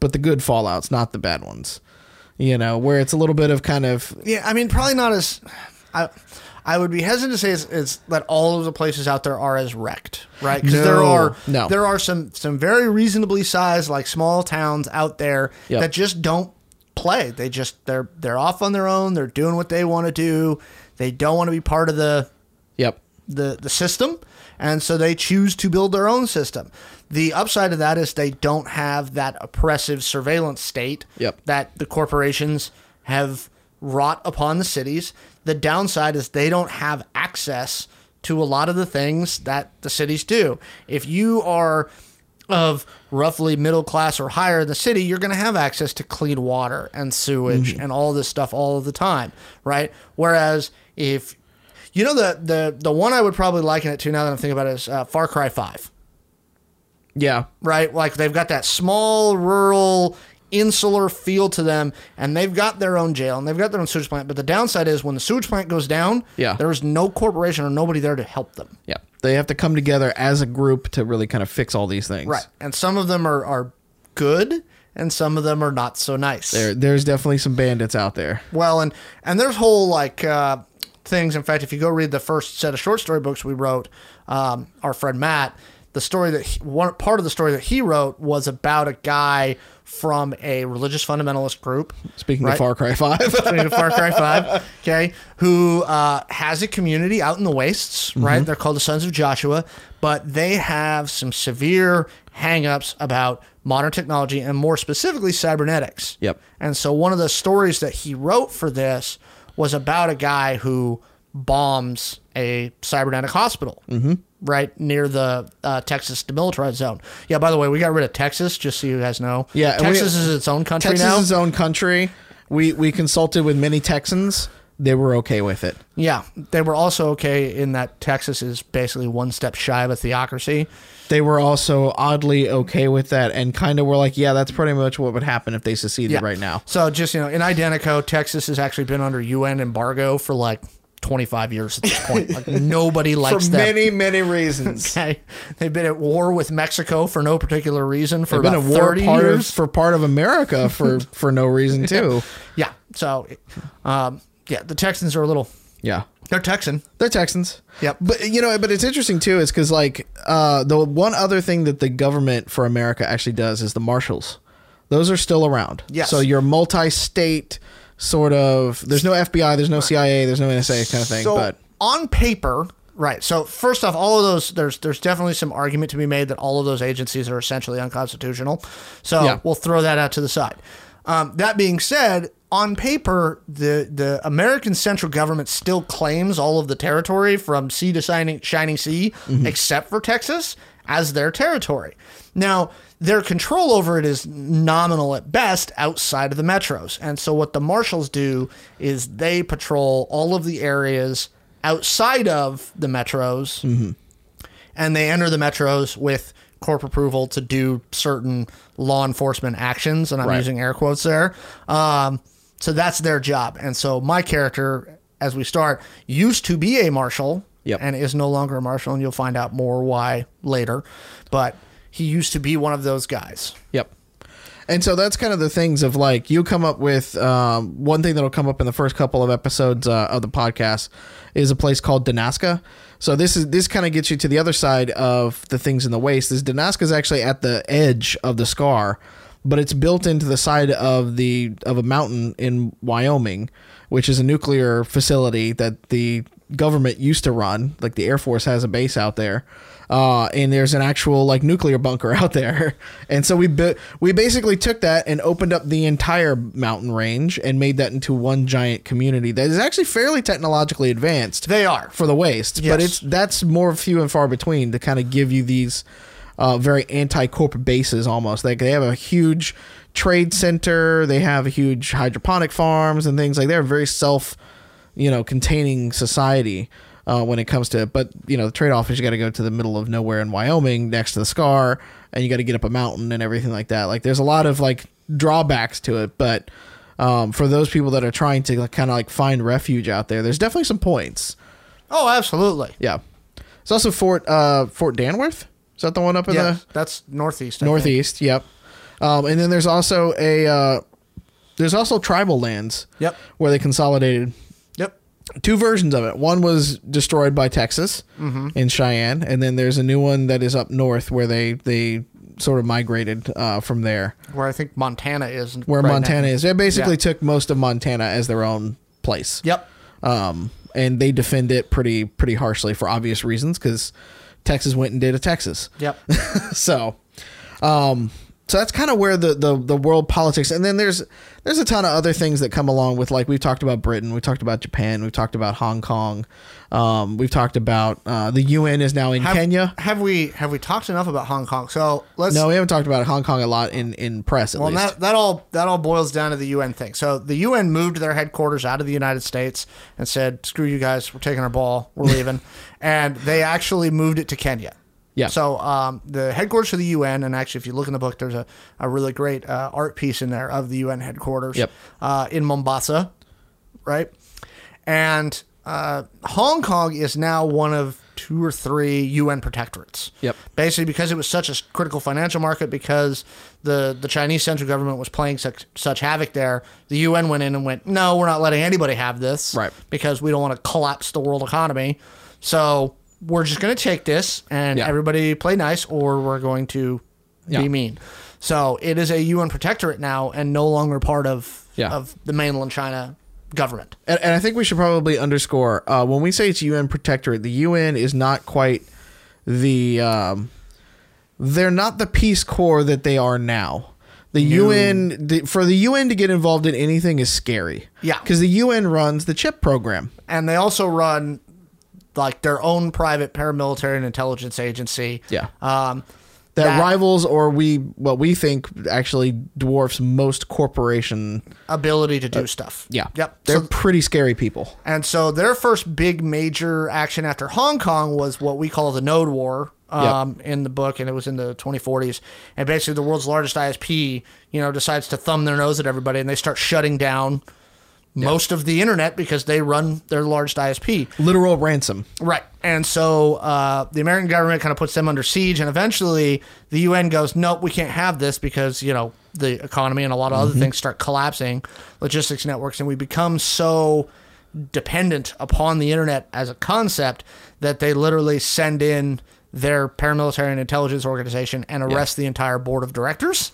[SPEAKER 1] but the good Fallout's not the bad ones. You know where it's a little bit of kind of
[SPEAKER 2] yeah. I mean, probably not as. I, I would be hesitant to say it's, it's that all of the places out there are as wrecked, right? Because there
[SPEAKER 1] No.
[SPEAKER 2] are
[SPEAKER 1] No.
[SPEAKER 2] there are some some very reasonably sized like small towns out there
[SPEAKER 1] Yep.
[SPEAKER 2] that just don't play. They just they're they're off on their own. They're doing what they want to do. They don't want to be part of the
[SPEAKER 1] yep
[SPEAKER 2] the the system, and so they choose to build their own system. The upside of that is they don't have that oppressive surveillance state
[SPEAKER 1] Yep.
[SPEAKER 2] that the corporations have wrought upon the cities. The downside is they don't have access to a lot of the things that the cities do. If you are of roughly middle class or higher in the city, you're going to have access to clean water and sewage and all this stuff all of the time, right? Whereas if you know the the the one I would probably liken it to now that I'm thinking about it is uh, Far Cry Five,
[SPEAKER 1] yeah
[SPEAKER 2] right? Like they've got that small rural insular feel to them, and they've got their own jail and they've got their own sewage plant. But the downside is when the sewage plant goes down,
[SPEAKER 1] Yeah.
[SPEAKER 2] there's no corporation or nobody there to help them.
[SPEAKER 1] Yeah. They have to come together as a group to really kind of fix all these things.
[SPEAKER 2] Right. And some of them are, are good and some of them are not so nice.
[SPEAKER 1] There, there's definitely some bandits out there.
[SPEAKER 2] Well, and and there's whole like uh, things. In fact, if you go read the first set of short story books we wrote, um, our friend Matt, the story that he, one part of the story that he wrote was about a guy from a religious fundamentalist group.
[SPEAKER 1] Speaking
[SPEAKER 2] Right.
[SPEAKER 1] of Far Cry 5.
[SPEAKER 2] Speaking of Far Cry Five, okay, who uh, has a community out in the wastes,
[SPEAKER 1] Mm-hmm.
[SPEAKER 2] right? They're called the Sons of Joshua, but they have some severe hangups about modern technology and more specifically cybernetics.
[SPEAKER 1] Yep.
[SPEAKER 2] And so one of the stories that he wrote for this was about a guy who bombs a cybernetic hospital. Mm-hmm. Right near the uh, Texas demilitarized zone. Yeah, by the way, we got rid of Texas, just so you guys know.
[SPEAKER 1] Yeah, and we-
[SPEAKER 2] Texas is its own country
[SPEAKER 1] Texas
[SPEAKER 2] now.
[SPEAKER 1] is its own country. We we consulted with many Texans. They were okay with it.
[SPEAKER 2] Yeah, they were also okay in that Texas is basically one step shy of a theocracy.
[SPEAKER 1] They were also oddly okay with that and kind of were like, yeah, that's pretty much what would happen if they seceded
[SPEAKER 2] Yeah,
[SPEAKER 1] right now.
[SPEAKER 2] So just you know, in Identico, Texas has actually been under UN embargo for like 25 years at this point. Like nobody likes
[SPEAKER 1] For
[SPEAKER 2] them.
[SPEAKER 1] many, many reasons.
[SPEAKER 2] Okay. They've been at war with Mexico for no particular reason for
[SPEAKER 1] They've been a
[SPEAKER 2] about
[SPEAKER 1] war
[SPEAKER 2] 30
[SPEAKER 1] part
[SPEAKER 2] years.
[SPEAKER 1] of, for part of America for, for no reason, too.
[SPEAKER 2] yeah. So, um, yeah, the Texans are a little.
[SPEAKER 1] Yeah.
[SPEAKER 2] They're Texan.
[SPEAKER 1] They're Texans.
[SPEAKER 2] Yep.
[SPEAKER 1] But you know, but it's interesting too, is because like uh, the one other thing that the government for America actually does is the marshals. Those are still around.
[SPEAKER 2] Yes.
[SPEAKER 1] So your multi-state sort of. There's no FBI. There's no CIA. There's no NSA kind of thing.
[SPEAKER 2] So
[SPEAKER 1] but
[SPEAKER 2] on paper, right. So first off, all of those there's there's definitely some argument to be made that all of those agencies are essentially unconstitutional. So
[SPEAKER 1] Yeah.
[SPEAKER 2] we'll throw that out to the side. Um, that being said, on paper, the the American central government still claims all of the territory from sea to shining, shining sea, except for Texas, as their territory. Now, their control over it is nominal at best outside of the metros. And so, what the marshals do is they patrol all of the areas outside of the metros and they enter the metros with corp approval to do certain law enforcement actions, and I'm
[SPEAKER 1] Right.
[SPEAKER 2] using air quotes there. Um, so that's their job. And so my character, as we start, used to be a marshal
[SPEAKER 1] Yep.
[SPEAKER 2] and is no longer a marshal, and you'll find out more why later. But he used to be one of those guys.
[SPEAKER 1] Yep. And so that's kind of the things of like you come up with um, one thing that'll come up in the first couple of episodes uh, of the podcast is a place called Danaska. So this is this kind of gets you to the other side of the things in the waste. This Danaska is actually at the edge of the scar, but it's built into the side of the of a mountain in Wyoming, which is a nuclear facility that the government used to run. Like the Air Force has a base out there, uh, and there's an actual like nuclear bunker out there. And so we bu- we basically took that and opened up the entire mountain range and made that into one giant community that is actually fairly technologically advanced
[SPEAKER 2] They are.
[SPEAKER 1] for the waste. But
[SPEAKER 2] Yes.
[SPEAKER 1] it's that's more few and far between to kind of give you these uh, very anti-corp bases almost. Like they have a huge trade center, they have huge hydroponic farms and things like they're a very self, you know, containing society. Uh, when it comes to but you know the trade-off is you got to go to the middle of nowhere in wyoming next to the scar and you got to get up a mountain and everything like that like there's a lot of like drawbacks to it but um, for those people that are trying to like, kind of like find refuge out there there's definitely some points
[SPEAKER 2] Oh, absolutely.
[SPEAKER 1] yeah. It's also Fort uh, Fort Danworth. Is that the one up in
[SPEAKER 2] Yeah, that's northeast. I
[SPEAKER 1] the northeast? Yep. Um, and then there's also a uh, there's also tribal lands.
[SPEAKER 2] Yep.
[SPEAKER 1] Where they consolidated
[SPEAKER 2] think. Yep.
[SPEAKER 1] two versions of it. One was destroyed by Texas
[SPEAKER 2] Mm-hmm.
[SPEAKER 1] in Cheyenne, and then there's a new one that is up north where they they sort of migrated uh, from there,
[SPEAKER 2] Where I think Montana is.
[SPEAKER 1] where
[SPEAKER 2] right now.
[SPEAKER 1] Montana is. They basically
[SPEAKER 2] Yeah.
[SPEAKER 1] took most of Montana as their own place.
[SPEAKER 2] Yep.
[SPEAKER 1] um, and they defend it pretty pretty harshly for obvious reasons because Texas went and did a Texas.
[SPEAKER 2] Yep.
[SPEAKER 1] so, um, so that's kind of where the, the the world politics, and then there's there's a ton of other things that come along with like we've talked about Britain, we've talked about Japan, we've talked about Hong Kong, um, we've talked about uh, the UN is now in
[SPEAKER 2] Have-
[SPEAKER 1] Kenya.
[SPEAKER 2] Have we have we talked enough about Hong Kong? So let's
[SPEAKER 1] No, we haven't talked about Hong Kong a lot in in press at
[SPEAKER 2] Well, and
[SPEAKER 1] least.
[SPEAKER 2] that, that all that all boils down to the UN thing. So the UN moved their headquarters out of the United States and said, "Screw you guys, we're taking our ball, we're leaving," and they actually moved it to Kenya.
[SPEAKER 1] Yeah.
[SPEAKER 2] So um, the headquarters of the UN, and actually, if you look in the book, there's a, a really great uh, art piece in there of the UN headquarters
[SPEAKER 1] Yep.
[SPEAKER 2] uh, in Mombasa, right? And uh, Hong Kong is now one of two or three UN protectorates.
[SPEAKER 1] Yep.
[SPEAKER 2] Basically, because it was such a critical financial market, because the, the Chinese central government was playing such, such havoc there, the UN went in and went, no, we're not letting anybody have this
[SPEAKER 1] Right.
[SPEAKER 2] because we don't want to collapse the world economy. So we're just going to take this and
[SPEAKER 1] Yeah.
[SPEAKER 2] everybody play nice, or we're going to
[SPEAKER 1] Yeah.
[SPEAKER 2] be mean. So it is a UN protectorate now and no longer part of
[SPEAKER 1] Yeah.
[SPEAKER 2] of the mainland China government.
[SPEAKER 1] And, and I think we should probably underscore uh, when we say it's UN protectorate, the UN is not quite the. Um, they're not the Peace Corps that they are now. The UN the, for the UN to get involved in anything is scary.
[SPEAKER 2] Yeah.
[SPEAKER 1] because the UN runs the chip program.
[SPEAKER 2] And they also run like their own private paramilitary and intelligence agency.
[SPEAKER 1] Yeah.
[SPEAKER 2] Um,
[SPEAKER 1] That,
[SPEAKER 2] That-
[SPEAKER 1] rivals or we what we think actually dwarfs most corporation.
[SPEAKER 2] ability to do
[SPEAKER 1] uh,
[SPEAKER 2] stuff. Yep.
[SPEAKER 1] they're
[SPEAKER 2] So-
[SPEAKER 1] pretty scary people.
[SPEAKER 2] And so their first big major action after Hong Kong was what we call the Node War um, in the book, and it was in the 2040s. And basically, the world's largest ISP, you know, decides to thumb their nose at everybody, and they start shutting down most of the internet because they run their largest ISP.
[SPEAKER 1] Literal ransom.
[SPEAKER 2] Right. And so uh, the American government kind of puts them under siege, and eventually the UN goes, nope, we can't have this because, you know, the economy and a lot of other things start collapsing, logistics networks, and we become so dependent upon the internet as a concept that they literally send in their paramilitary and intelligence organization and arrest the entire board of directors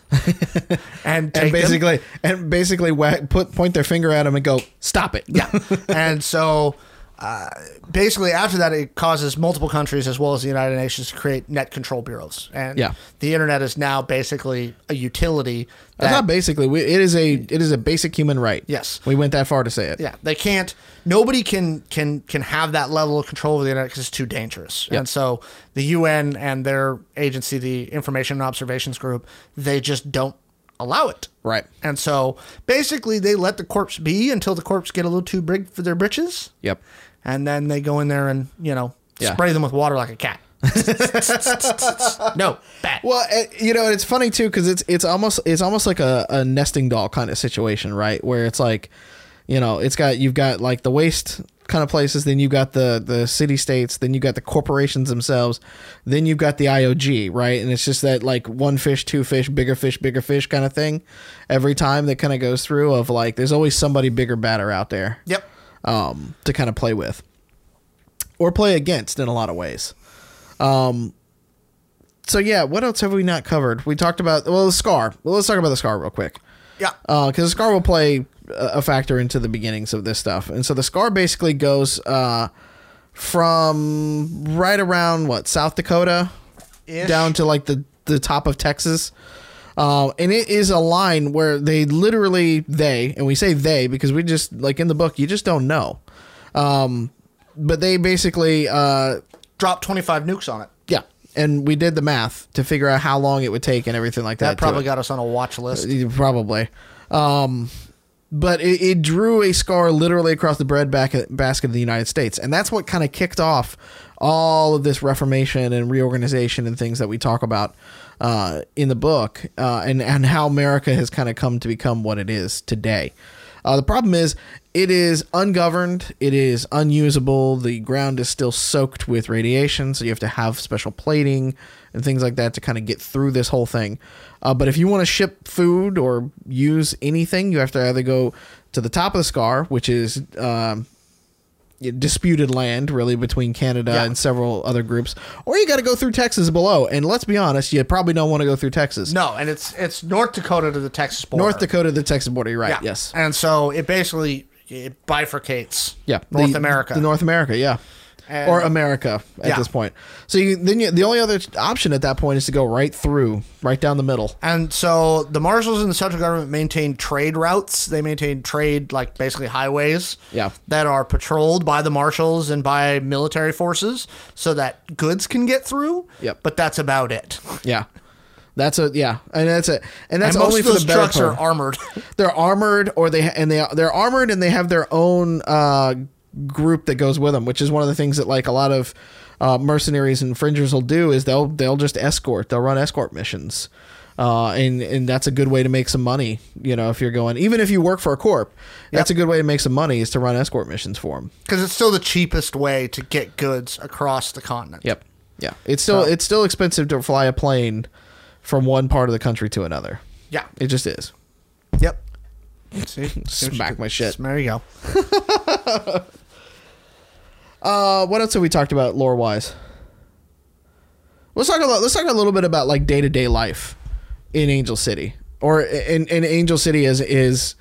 [SPEAKER 2] and take
[SPEAKER 1] And
[SPEAKER 2] them-
[SPEAKER 1] basically, and basically, whack, put point their finger at them and go, "Stop it!"
[SPEAKER 2] Yeah. and so uh, basically, after that, it causes multiple countries as well as the United Nations to create net control bureaus. And
[SPEAKER 1] Yeah.
[SPEAKER 2] the internet is now basically a utility.
[SPEAKER 1] That's
[SPEAKER 2] That,
[SPEAKER 1] not basically. We, it is a it is a basic human right.
[SPEAKER 2] Yes.
[SPEAKER 1] we went that far to say it.
[SPEAKER 2] yeah, they can't. Nobody can can can have that level of control over the internet because it's too dangerous. And so the UN and their agency, the Information and Observations Group, they just don't allow it.
[SPEAKER 1] Right.
[SPEAKER 2] And so basically, they let the corpse be until the corpse get a little too big for their britches.
[SPEAKER 1] Yep.
[SPEAKER 2] and then they go in there and you know
[SPEAKER 1] Yeah.
[SPEAKER 2] spray them with water like a cat. no, bad.
[SPEAKER 1] Well, it, you know, it's funny too because it's it's almost it's almost like a, a nesting doll kind of situation, right? Where it's like, you know, it's got you've got like the waste kind of places, then you've got the the city states, then you got the corporations themselves, then you've got the IOG, right? And it's just that like one fish, two fish, bigger fish, bigger fish kind of thing. Every time that kind of goes through of like, there's always somebody bigger, badder out there.
[SPEAKER 2] Yep.
[SPEAKER 1] um, to kind of play with or play against in a lot of ways. Um, so yeah, what else have we not covered? We talked about well the scar. Well, let's talk about the scar real quick
[SPEAKER 2] Yeah.
[SPEAKER 1] because the scar will play a a factor into the beginnings of this stuff, and so the scar basically goes uh, from right around what South Dakota
[SPEAKER 2] Ish.
[SPEAKER 1] down to like the the top of Texas. Uh, and it is a line where they literally they and we say they because we just like in the book you just don't know, um, but they basically uh,
[SPEAKER 2] Drop twenty five nukes on it.
[SPEAKER 1] yeah, and we did the math to figure out how long it would take and everything like that.
[SPEAKER 2] That
[SPEAKER 1] to
[SPEAKER 2] probably
[SPEAKER 1] it. Uh,
[SPEAKER 2] got us on a watch list.
[SPEAKER 1] Yeah, Probably. Um, but it, it drew a scar literally across the bread back basket of the United States. And that's what kind of kicked off all of this reformation and reorganization and things that we talk about uh, in the book uh, and, and how America has kind of come to become what it is today. Uh, the problem is, it is ungoverned. It is unusable. The ground is still soaked with radiation, so you have to have special plating and things like that to kind of get through this whole thing. Uh, but if you want to ship food or use anything, you have to either go to the top of the scar, which is um, disputed land, really, between Canada
[SPEAKER 2] Yeah.
[SPEAKER 1] and several other groups, or you got to go through Texas below. And let's be honest, you probably don't want to go through Texas.
[SPEAKER 2] No, and it's it's North Dakota to the Texas border.
[SPEAKER 1] North Dakota to the Texas border, you're right?
[SPEAKER 2] Yeah.
[SPEAKER 1] Yes.
[SPEAKER 2] And so it basically it bifurcates.
[SPEAKER 1] Yeah,
[SPEAKER 2] North
[SPEAKER 1] the-
[SPEAKER 2] America.
[SPEAKER 1] the North America, yeah,
[SPEAKER 2] And-
[SPEAKER 1] or America at
[SPEAKER 2] Yeah.
[SPEAKER 1] this point. So you, then you, the only other option at that point is to go right through, right down the middle.
[SPEAKER 2] And so the marshals and the central government maintain trade routes. They maintain trade, like basically highways,
[SPEAKER 1] Yeah.
[SPEAKER 2] that are patrolled by the marshals and by military forces, so that goods can get through.
[SPEAKER 1] Yep.
[SPEAKER 2] But that's about it.
[SPEAKER 1] Yeah, that's a yeah, and that's it, and that's
[SPEAKER 2] and most
[SPEAKER 1] only
[SPEAKER 2] of those
[SPEAKER 1] for the better
[SPEAKER 2] trucks are
[SPEAKER 1] part.
[SPEAKER 2] armored.
[SPEAKER 1] They're armored, or they ha- and they they're armored, and they have their own uh, group that goes with them, which is one of the things that like a lot of uh, mercenaries and fringers will do is they'll they'll just escort. They'll run escort missions. Uh, and and that's a good way to make some money. You know, if you're going, even if you work for a corp, that's a good way to make some money is to run escort missions for them.
[SPEAKER 2] because it's still the cheapest way to get goods across the continent.
[SPEAKER 1] Yep. Yeah. It's still
[SPEAKER 2] So-
[SPEAKER 1] it's still expensive to fly a plane from one part of the country to another.
[SPEAKER 2] Yeah.
[SPEAKER 1] It just is.
[SPEAKER 2] Yep. See, See what you
[SPEAKER 1] Smack
[SPEAKER 2] did.
[SPEAKER 1] my shit.
[SPEAKER 2] There you go.
[SPEAKER 1] Uh, what else have we talked about lore wise? Let's talk about let's talk a little bit about like day to day life in Angel City, or in, in Angel City is is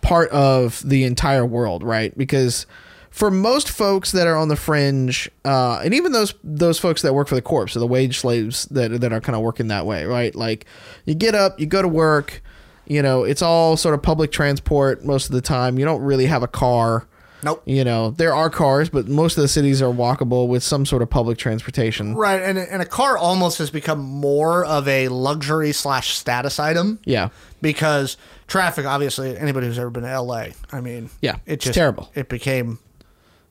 [SPEAKER 1] part of the entire world, right? Because for most folks that are on the fringe, uh, and even those those folks that work for the corpse, so the wage slaves that that are kind of working that way, right? Like you get up, you go to work, you know, it's all sort of public transport most of the time. You don't really have a car.
[SPEAKER 2] Nope.
[SPEAKER 1] You know, there are cars, but most of the cities are walkable with some sort of public transportation.
[SPEAKER 2] Right, and and a car almost has become more of a luxury slash status item.
[SPEAKER 1] Yeah.
[SPEAKER 2] because traffic, obviously, anybody who's ever been to LA, I mean,
[SPEAKER 1] Yeah,
[SPEAKER 2] it
[SPEAKER 1] it's
[SPEAKER 2] just
[SPEAKER 1] terrible.
[SPEAKER 2] It became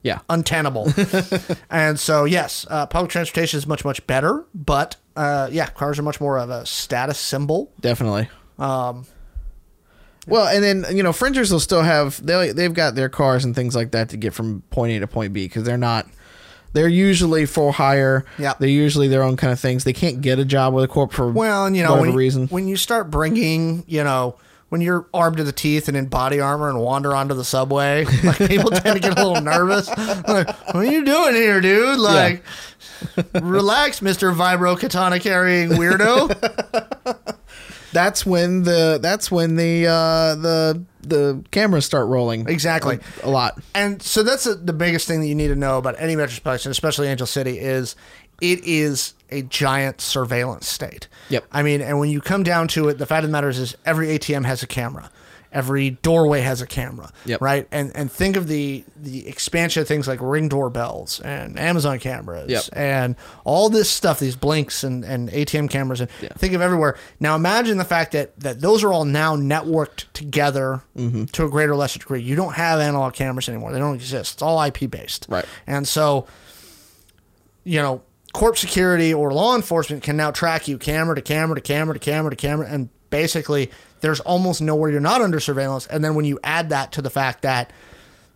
[SPEAKER 1] Yeah.
[SPEAKER 2] untenable, and so yes, uh, public transportation is much much better, but uh, yeah, cars are much more of a status symbol.
[SPEAKER 1] Definitely. Um well, and then you know, fringers will still have they they've got their cars and things like that to get from point A to point B because they're not they're usually for hire.
[SPEAKER 2] Yeah.
[SPEAKER 1] they're usually their own kind of things. They can't get a job with a corp for
[SPEAKER 2] Well, and you know,
[SPEAKER 1] whatever
[SPEAKER 2] when,
[SPEAKER 1] reason.
[SPEAKER 2] when you start bringing, you know. When you're armed to the teeth and in body armor and wander onto the subway, like people tend to get a little nervous. Like, what are you doing here, dude? Like, relax, Mister Vibro Katana carrying weirdo.
[SPEAKER 1] that's when the that's when the uh, the the cameras start rolling
[SPEAKER 2] Exactly.
[SPEAKER 1] a lot.
[SPEAKER 2] And so that's a, the biggest thing that you need to know about any metropolitan, especially Angel City, is it is a giant surveillance state.
[SPEAKER 1] Yep.
[SPEAKER 2] I mean, and when you come down to it, the fact of the matter is, is every ATM has a camera. Every doorway has a camera,
[SPEAKER 1] Yep.
[SPEAKER 2] right? And and think of the the expansion of things like ring doorbells and Amazon cameras
[SPEAKER 1] Yep.
[SPEAKER 2] and all this stuff, these blinks and, and ATM cameras and think of everywhere. Now imagine the fact that that those are all now networked together to a greater or lesser degree. You don't have analog cameras anymore; they don't exist. It's all IP based,
[SPEAKER 1] Right.
[SPEAKER 2] And so you know, corp security or law enforcement can now track you camera to camera to camera to camera to camera, and basically there's almost nowhere you're not under surveillance. And then when you add that to the fact that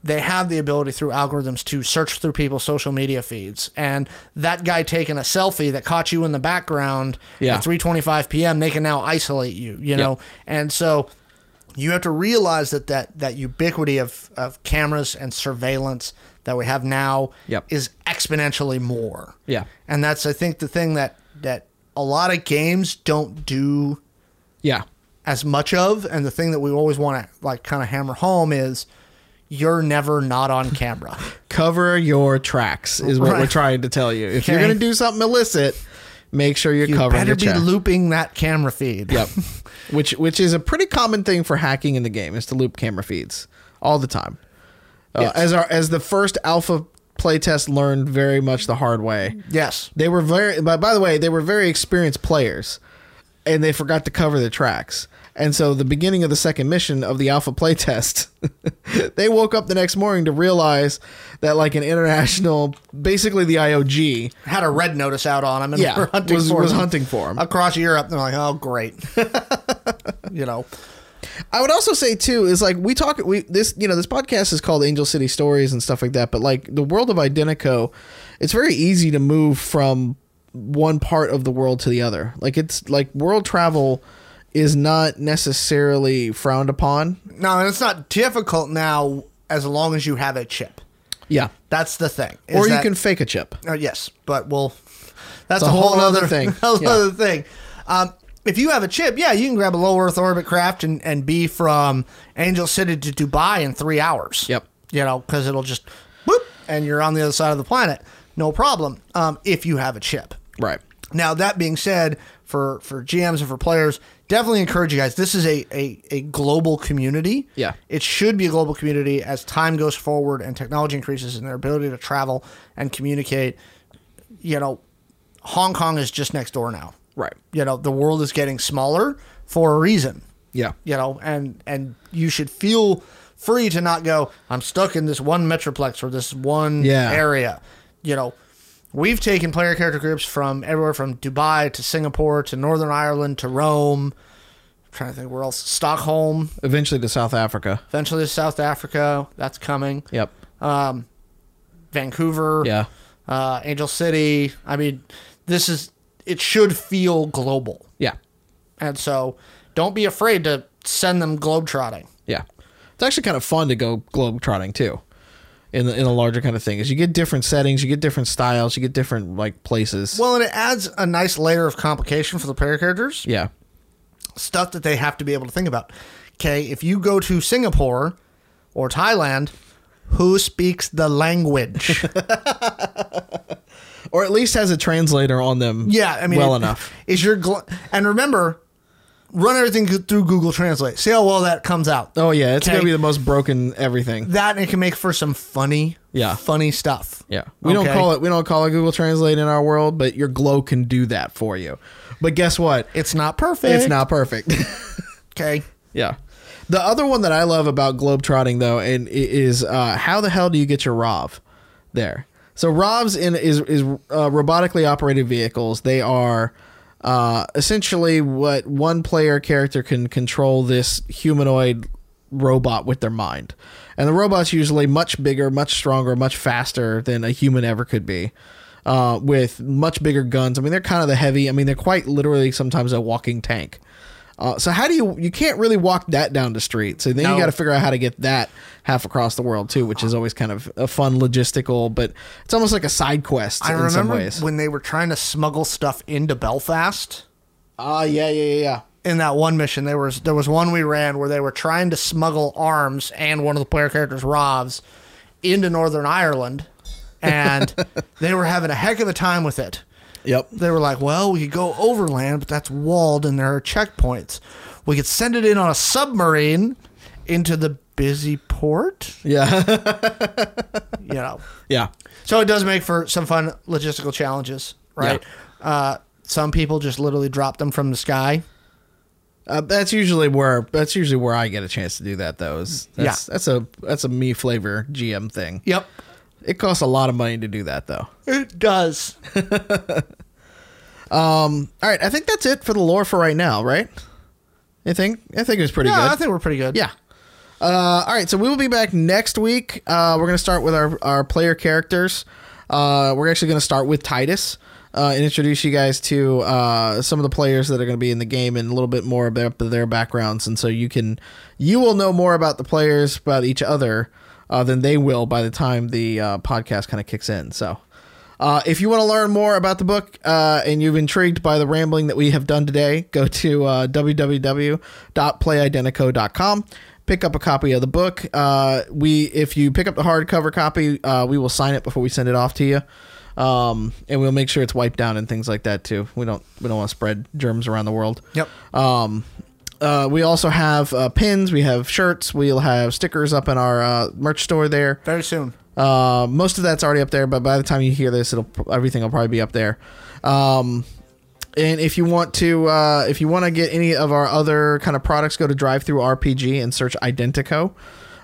[SPEAKER 2] they have the ability through algorithms to search through people's social media feeds, and that guy taking a selfie that caught you in the background
[SPEAKER 1] Yeah.
[SPEAKER 2] at 3:25 p.m. they can now isolate you, you know, and so you have to realize that that, that ubiquity of, of cameras and surveillance that we have now
[SPEAKER 1] Yep.
[SPEAKER 2] is exponentially more.
[SPEAKER 1] Yeah.
[SPEAKER 2] And that's I think the thing that that a lot of games don't do
[SPEAKER 1] Yeah,
[SPEAKER 2] as much of and the thing that we always want to like kind of hammer home is you're never not on camera.
[SPEAKER 1] cover your tracks is what we're
[SPEAKER 2] Right.
[SPEAKER 1] trying to tell you. If you're
[SPEAKER 2] Okay.
[SPEAKER 1] going to do something illicit, make sure you're
[SPEAKER 2] You
[SPEAKER 1] covering
[SPEAKER 2] better
[SPEAKER 1] your
[SPEAKER 2] be
[SPEAKER 1] tracks.
[SPEAKER 2] looping that camera feed.
[SPEAKER 1] Yep. which which is a pretty common thing for hacking in the game is to loop camera feeds all the time. Uh,
[SPEAKER 2] Yes.
[SPEAKER 1] As our as the first alpha playtest learned very much the hard way.
[SPEAKER 2] Yes.
[SPEAKER 1] They were very by, by the way, they were very experienced players and they forgot to cover the tracks. And so the beginning of the second mission of the alpha playtest, they woke up the next morning to realize that like an international basically the IOG
[SPEAKER 2] Had a red notice out on him and
[SPEAKER 1] Yeah,
[SPEAKER 2] were hunting
[SPEAKER 1] was-
[SPEAKER 2] for
[SPEAKER 1] was
[SPEAKER 2] him.
[SPEAKER 1] hunting for him.
[SPEAKER 2] Across Europe, they're like, oh, great. you know,
[SPEAKER 1] I would also say too is like we talk we this you know this podcast is called Angel City Stories and stuff like that, but like the world of Identico, it's very easy to move from one part of the world to the other. Like it's like world travel is not necessarily frowned upon.
[SPEAKER 2] No, and it's not difficult now as long as you have a chip.
[SPEAKER 1] Yeah,
[SPEAKER 2] That's the thing. is
[SPEAKER 1] or you
[SPEAKER 2] that-
[SPEAKER 1] can fake a chip.
[SPEAKER 2] Uh, yes, but we'll. That's
[SPEAKER 1] a
[SPEAKER 2] a, whole,
[SPEAKER 1] whole other
[SPEAKER 2] other
[SPEAKER 1] thing.
[SPEAKER 2] Whole
[SPEAKER 1] Yeah.
[SPEAKER 2] other thing. Um, if you have a chip, yeah, you can grab a low Earth orbit craft and, and be from Angel City to Dubai in three hours.
[SPEAKER 1] Yep.
[SPEAKER 2] You know, because it'll just boop, and you're on the other side of the planet. No problem. Um, if you have a chip.
[SPEAKER 1] Right.
[SPEAKER 2] Now that being said, for for GMs and for players, definitely encourage you guys. This is a a, a global community.
[SPEAKER 1] Yeah.
[SPEAKER 2] it should be a global community as time goes forward and technology increases and their ability to travel and communicate. You know, Hong Kong is just next door now.
[SPEAKER 1] Right.
[SPEAKER 2] You know, the world is getting smaller for a reason
[SPEAKER 1] Yeah.
[SPEAKER 2] you know and and you should feel free to not go i'm stuck in this one metroplex or this one
[SPEAKER 1] Yeah.
[SPEAKER 2] area you know We've taken player character groups from everywhere from Dubai to Singapore to Northern Ireland to Rome. I'm trying to think where else. Stockholm,
[SPEAKER 1] Eventually to South Africa.
[SPEAKER 2] eventually to South Africa. That's coming.
[SPEAKER 1] Yep.
[SPEAKER 2] Um, Vancouver.
[SPEAKER 1] Yeah.
[SPEAKER 2] Uh, Angel City. I mean, this is it should feel global,
[SPEAKER 1] Yeah.
[SPEAKER 2] and so don't be afraid to send them globetrotting.
[SPEAKER 1] Yeah. It's actually kind of fun to go globetrotting too. In the, in a larger kind of thing is you get different settings, you get different styles, you get different like places.
[SPEAKER 2] Well, and it adds a nice layer of complication for the player characters.
[SPEAKER 1] yeah.
[SPEAKER 2] stuff that they have to be able to think about. Okay, if you go to Singapore or Thailand, who speaks the language?
[SPEAKER 1] Or at least has a translator on them.
[SPEAKER 2] yeah, I mean,
[SPEAKER 1] well
[SPEAKER 2] it-
[SPEAKER 1] enough.
[SPEAKER 2] Is your gl- and remember, run everything go- through Google Translate. See how well that comes out.
[SPEAKER 1] Oh yeah, it's
[SPEAKER 2] Okay.
[SPEAKER 1] gonna be the most broken everything.
[SPEAKER 2] That and it can make for some funny,
[SPEAKER 1] Yeah.
[SPEAKER 2] funny stuff.
[SPEAKER 1] Yeah, we don't
[SPEAKER 2] Okay.
[SPEAKER 1] call it we don't call it Google Translate in our world, but your Glow can do that for you. But guess what?
[SPEAKER 2] It's not perfect.
[SPEAKER 1] It's not perfect.
[SPEAKER 2] okay.
[SPEAKER 1] yeah. The other one that I love about globetrotting though, and i- is uh, how the hell do you get your ROV there? So ROVs in is is uh, robotically operated vehicles. They are uh, essentially what one player character can control this humanoid robot with their mind, and the robot's usually much bigger, much stronger, much faster than a human ever could be. Uh, with much bigger guns. I mean, they're kind of the heavy. I mean, they're quite literally sometimes a walking tank. Uh, so how do you you can't really walk that down the street. So then
[SPEAKER 2] No.
[SPEAKER 1] you got to figure out how to get that half across the world too, which is always kind of a fun logistical, but it's almost like a side quest
[SPEAKER 2] I
[SPEAKER 1] in some
[SPEAKER 2] remember
[SPEAKER 1] ways.
[SPEAKER 2] when they were trying to smuggle stuff into Belfast.
[SPEAKER 1] Ah, yeah, yeah, yeah, yeah.
[SPEAKER 2] in that one mission there was there was one we ran where they were trying to smuggle arms and one of the player characters Rob's into Northern Ireland and they were having a heck of a time with it.
[SPEAKER 1] Yep.
[SPEAKER 2] They were like, "Well, we could go overland, but that's walled and there are checkpoints. We could send it in on a submarine into the busy port,
[SPEAKER 1] Yeah.
[SPEAKER 2] you know."
[SPEAKER 1] yeah.
[SPEAKER 2] So it does make for some fun logistical challenges, right? Uh, some people just literally drop them from the sky.
[SPEAKER 1] Uh, that's usually where that's usually where I get a chance to do that though. Is that's,
[SPEAKER 2] Yeah.
[SPEAKER 1] that's a that's a me flavor GM thing.
[SPEAKER 2] Yep.
[SPEAKER 1] It costs a lot of money to do that though.
[SPEAKER 2] It does.
[SPEAKER 1] All right, I think that's it for the lore for right now, right? I think I think it was pretty
[SPEAKER 2] yeah,
[SPEAKER 1] good.
[SPEAKER 2] I think we're pretty good.
[SPEAKER 1] Yeah. Uh, all right, so we will be back next week. Uh, we're going to start with our, our player characters. Uh, we're actually going to start with Titus uh, and introduce you guys to uh, some of the players that are going to be in the game and a little bit more about their backgrounds. And so you can you will know more about the players about each other uh, than they will by the time the uh, podcast kind of kicks in. So. Uh, if you want to learn more about the book uh, and you've intrigued by the rambling that we have done today, go to uh, www.playidentico.com. Pick up a copy of the book. Uh, we, if you pick up the hardcover copy, uh, we will sign it before we send it off to you, um, and we'll make sure it's wiped down and things like that too. We don't we don't want to spread germs around the world.
[SPEAKER 2] Yep.
[SPEAKER 1] Um, uh, we also have uh, pins. We have shirts. We'll have stickers up in our uh, merch store there.
[SPEAKER 2] Very soon.
[SPEAKER 1] Uh, most of that's already up there, but by the time you hear this, it'll everything will probably be up there. Um, and if you want to, uh, if you want to get any of our other kind of products, go to Drive Through RPG and search Identico.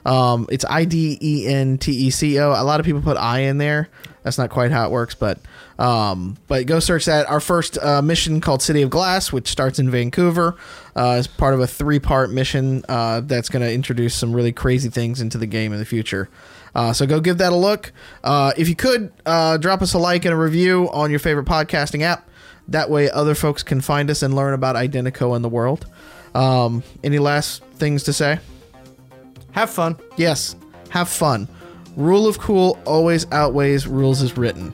[SPEAKER 1] Um, it's I D E N T E C O. A lot of people put I in there. That's not quite how it works, but um, but go search that. Our first uh, mission called City of Glass, which starts in Vancouver, uh, is part of a three part mission uh, that's going to introduce some really crazy things into the game in the future. Uh, so go give that a look. Uh, if you could, uh, drop us a like and a review on your favorite podcasting app. That way, other folks can find us and learn about Identico in the world. Um, any last things to say?
[SPEAKER 2] Have fun.
[SPEAKER 1] Yes, have fun. Rule of cool always outweighs rules as written.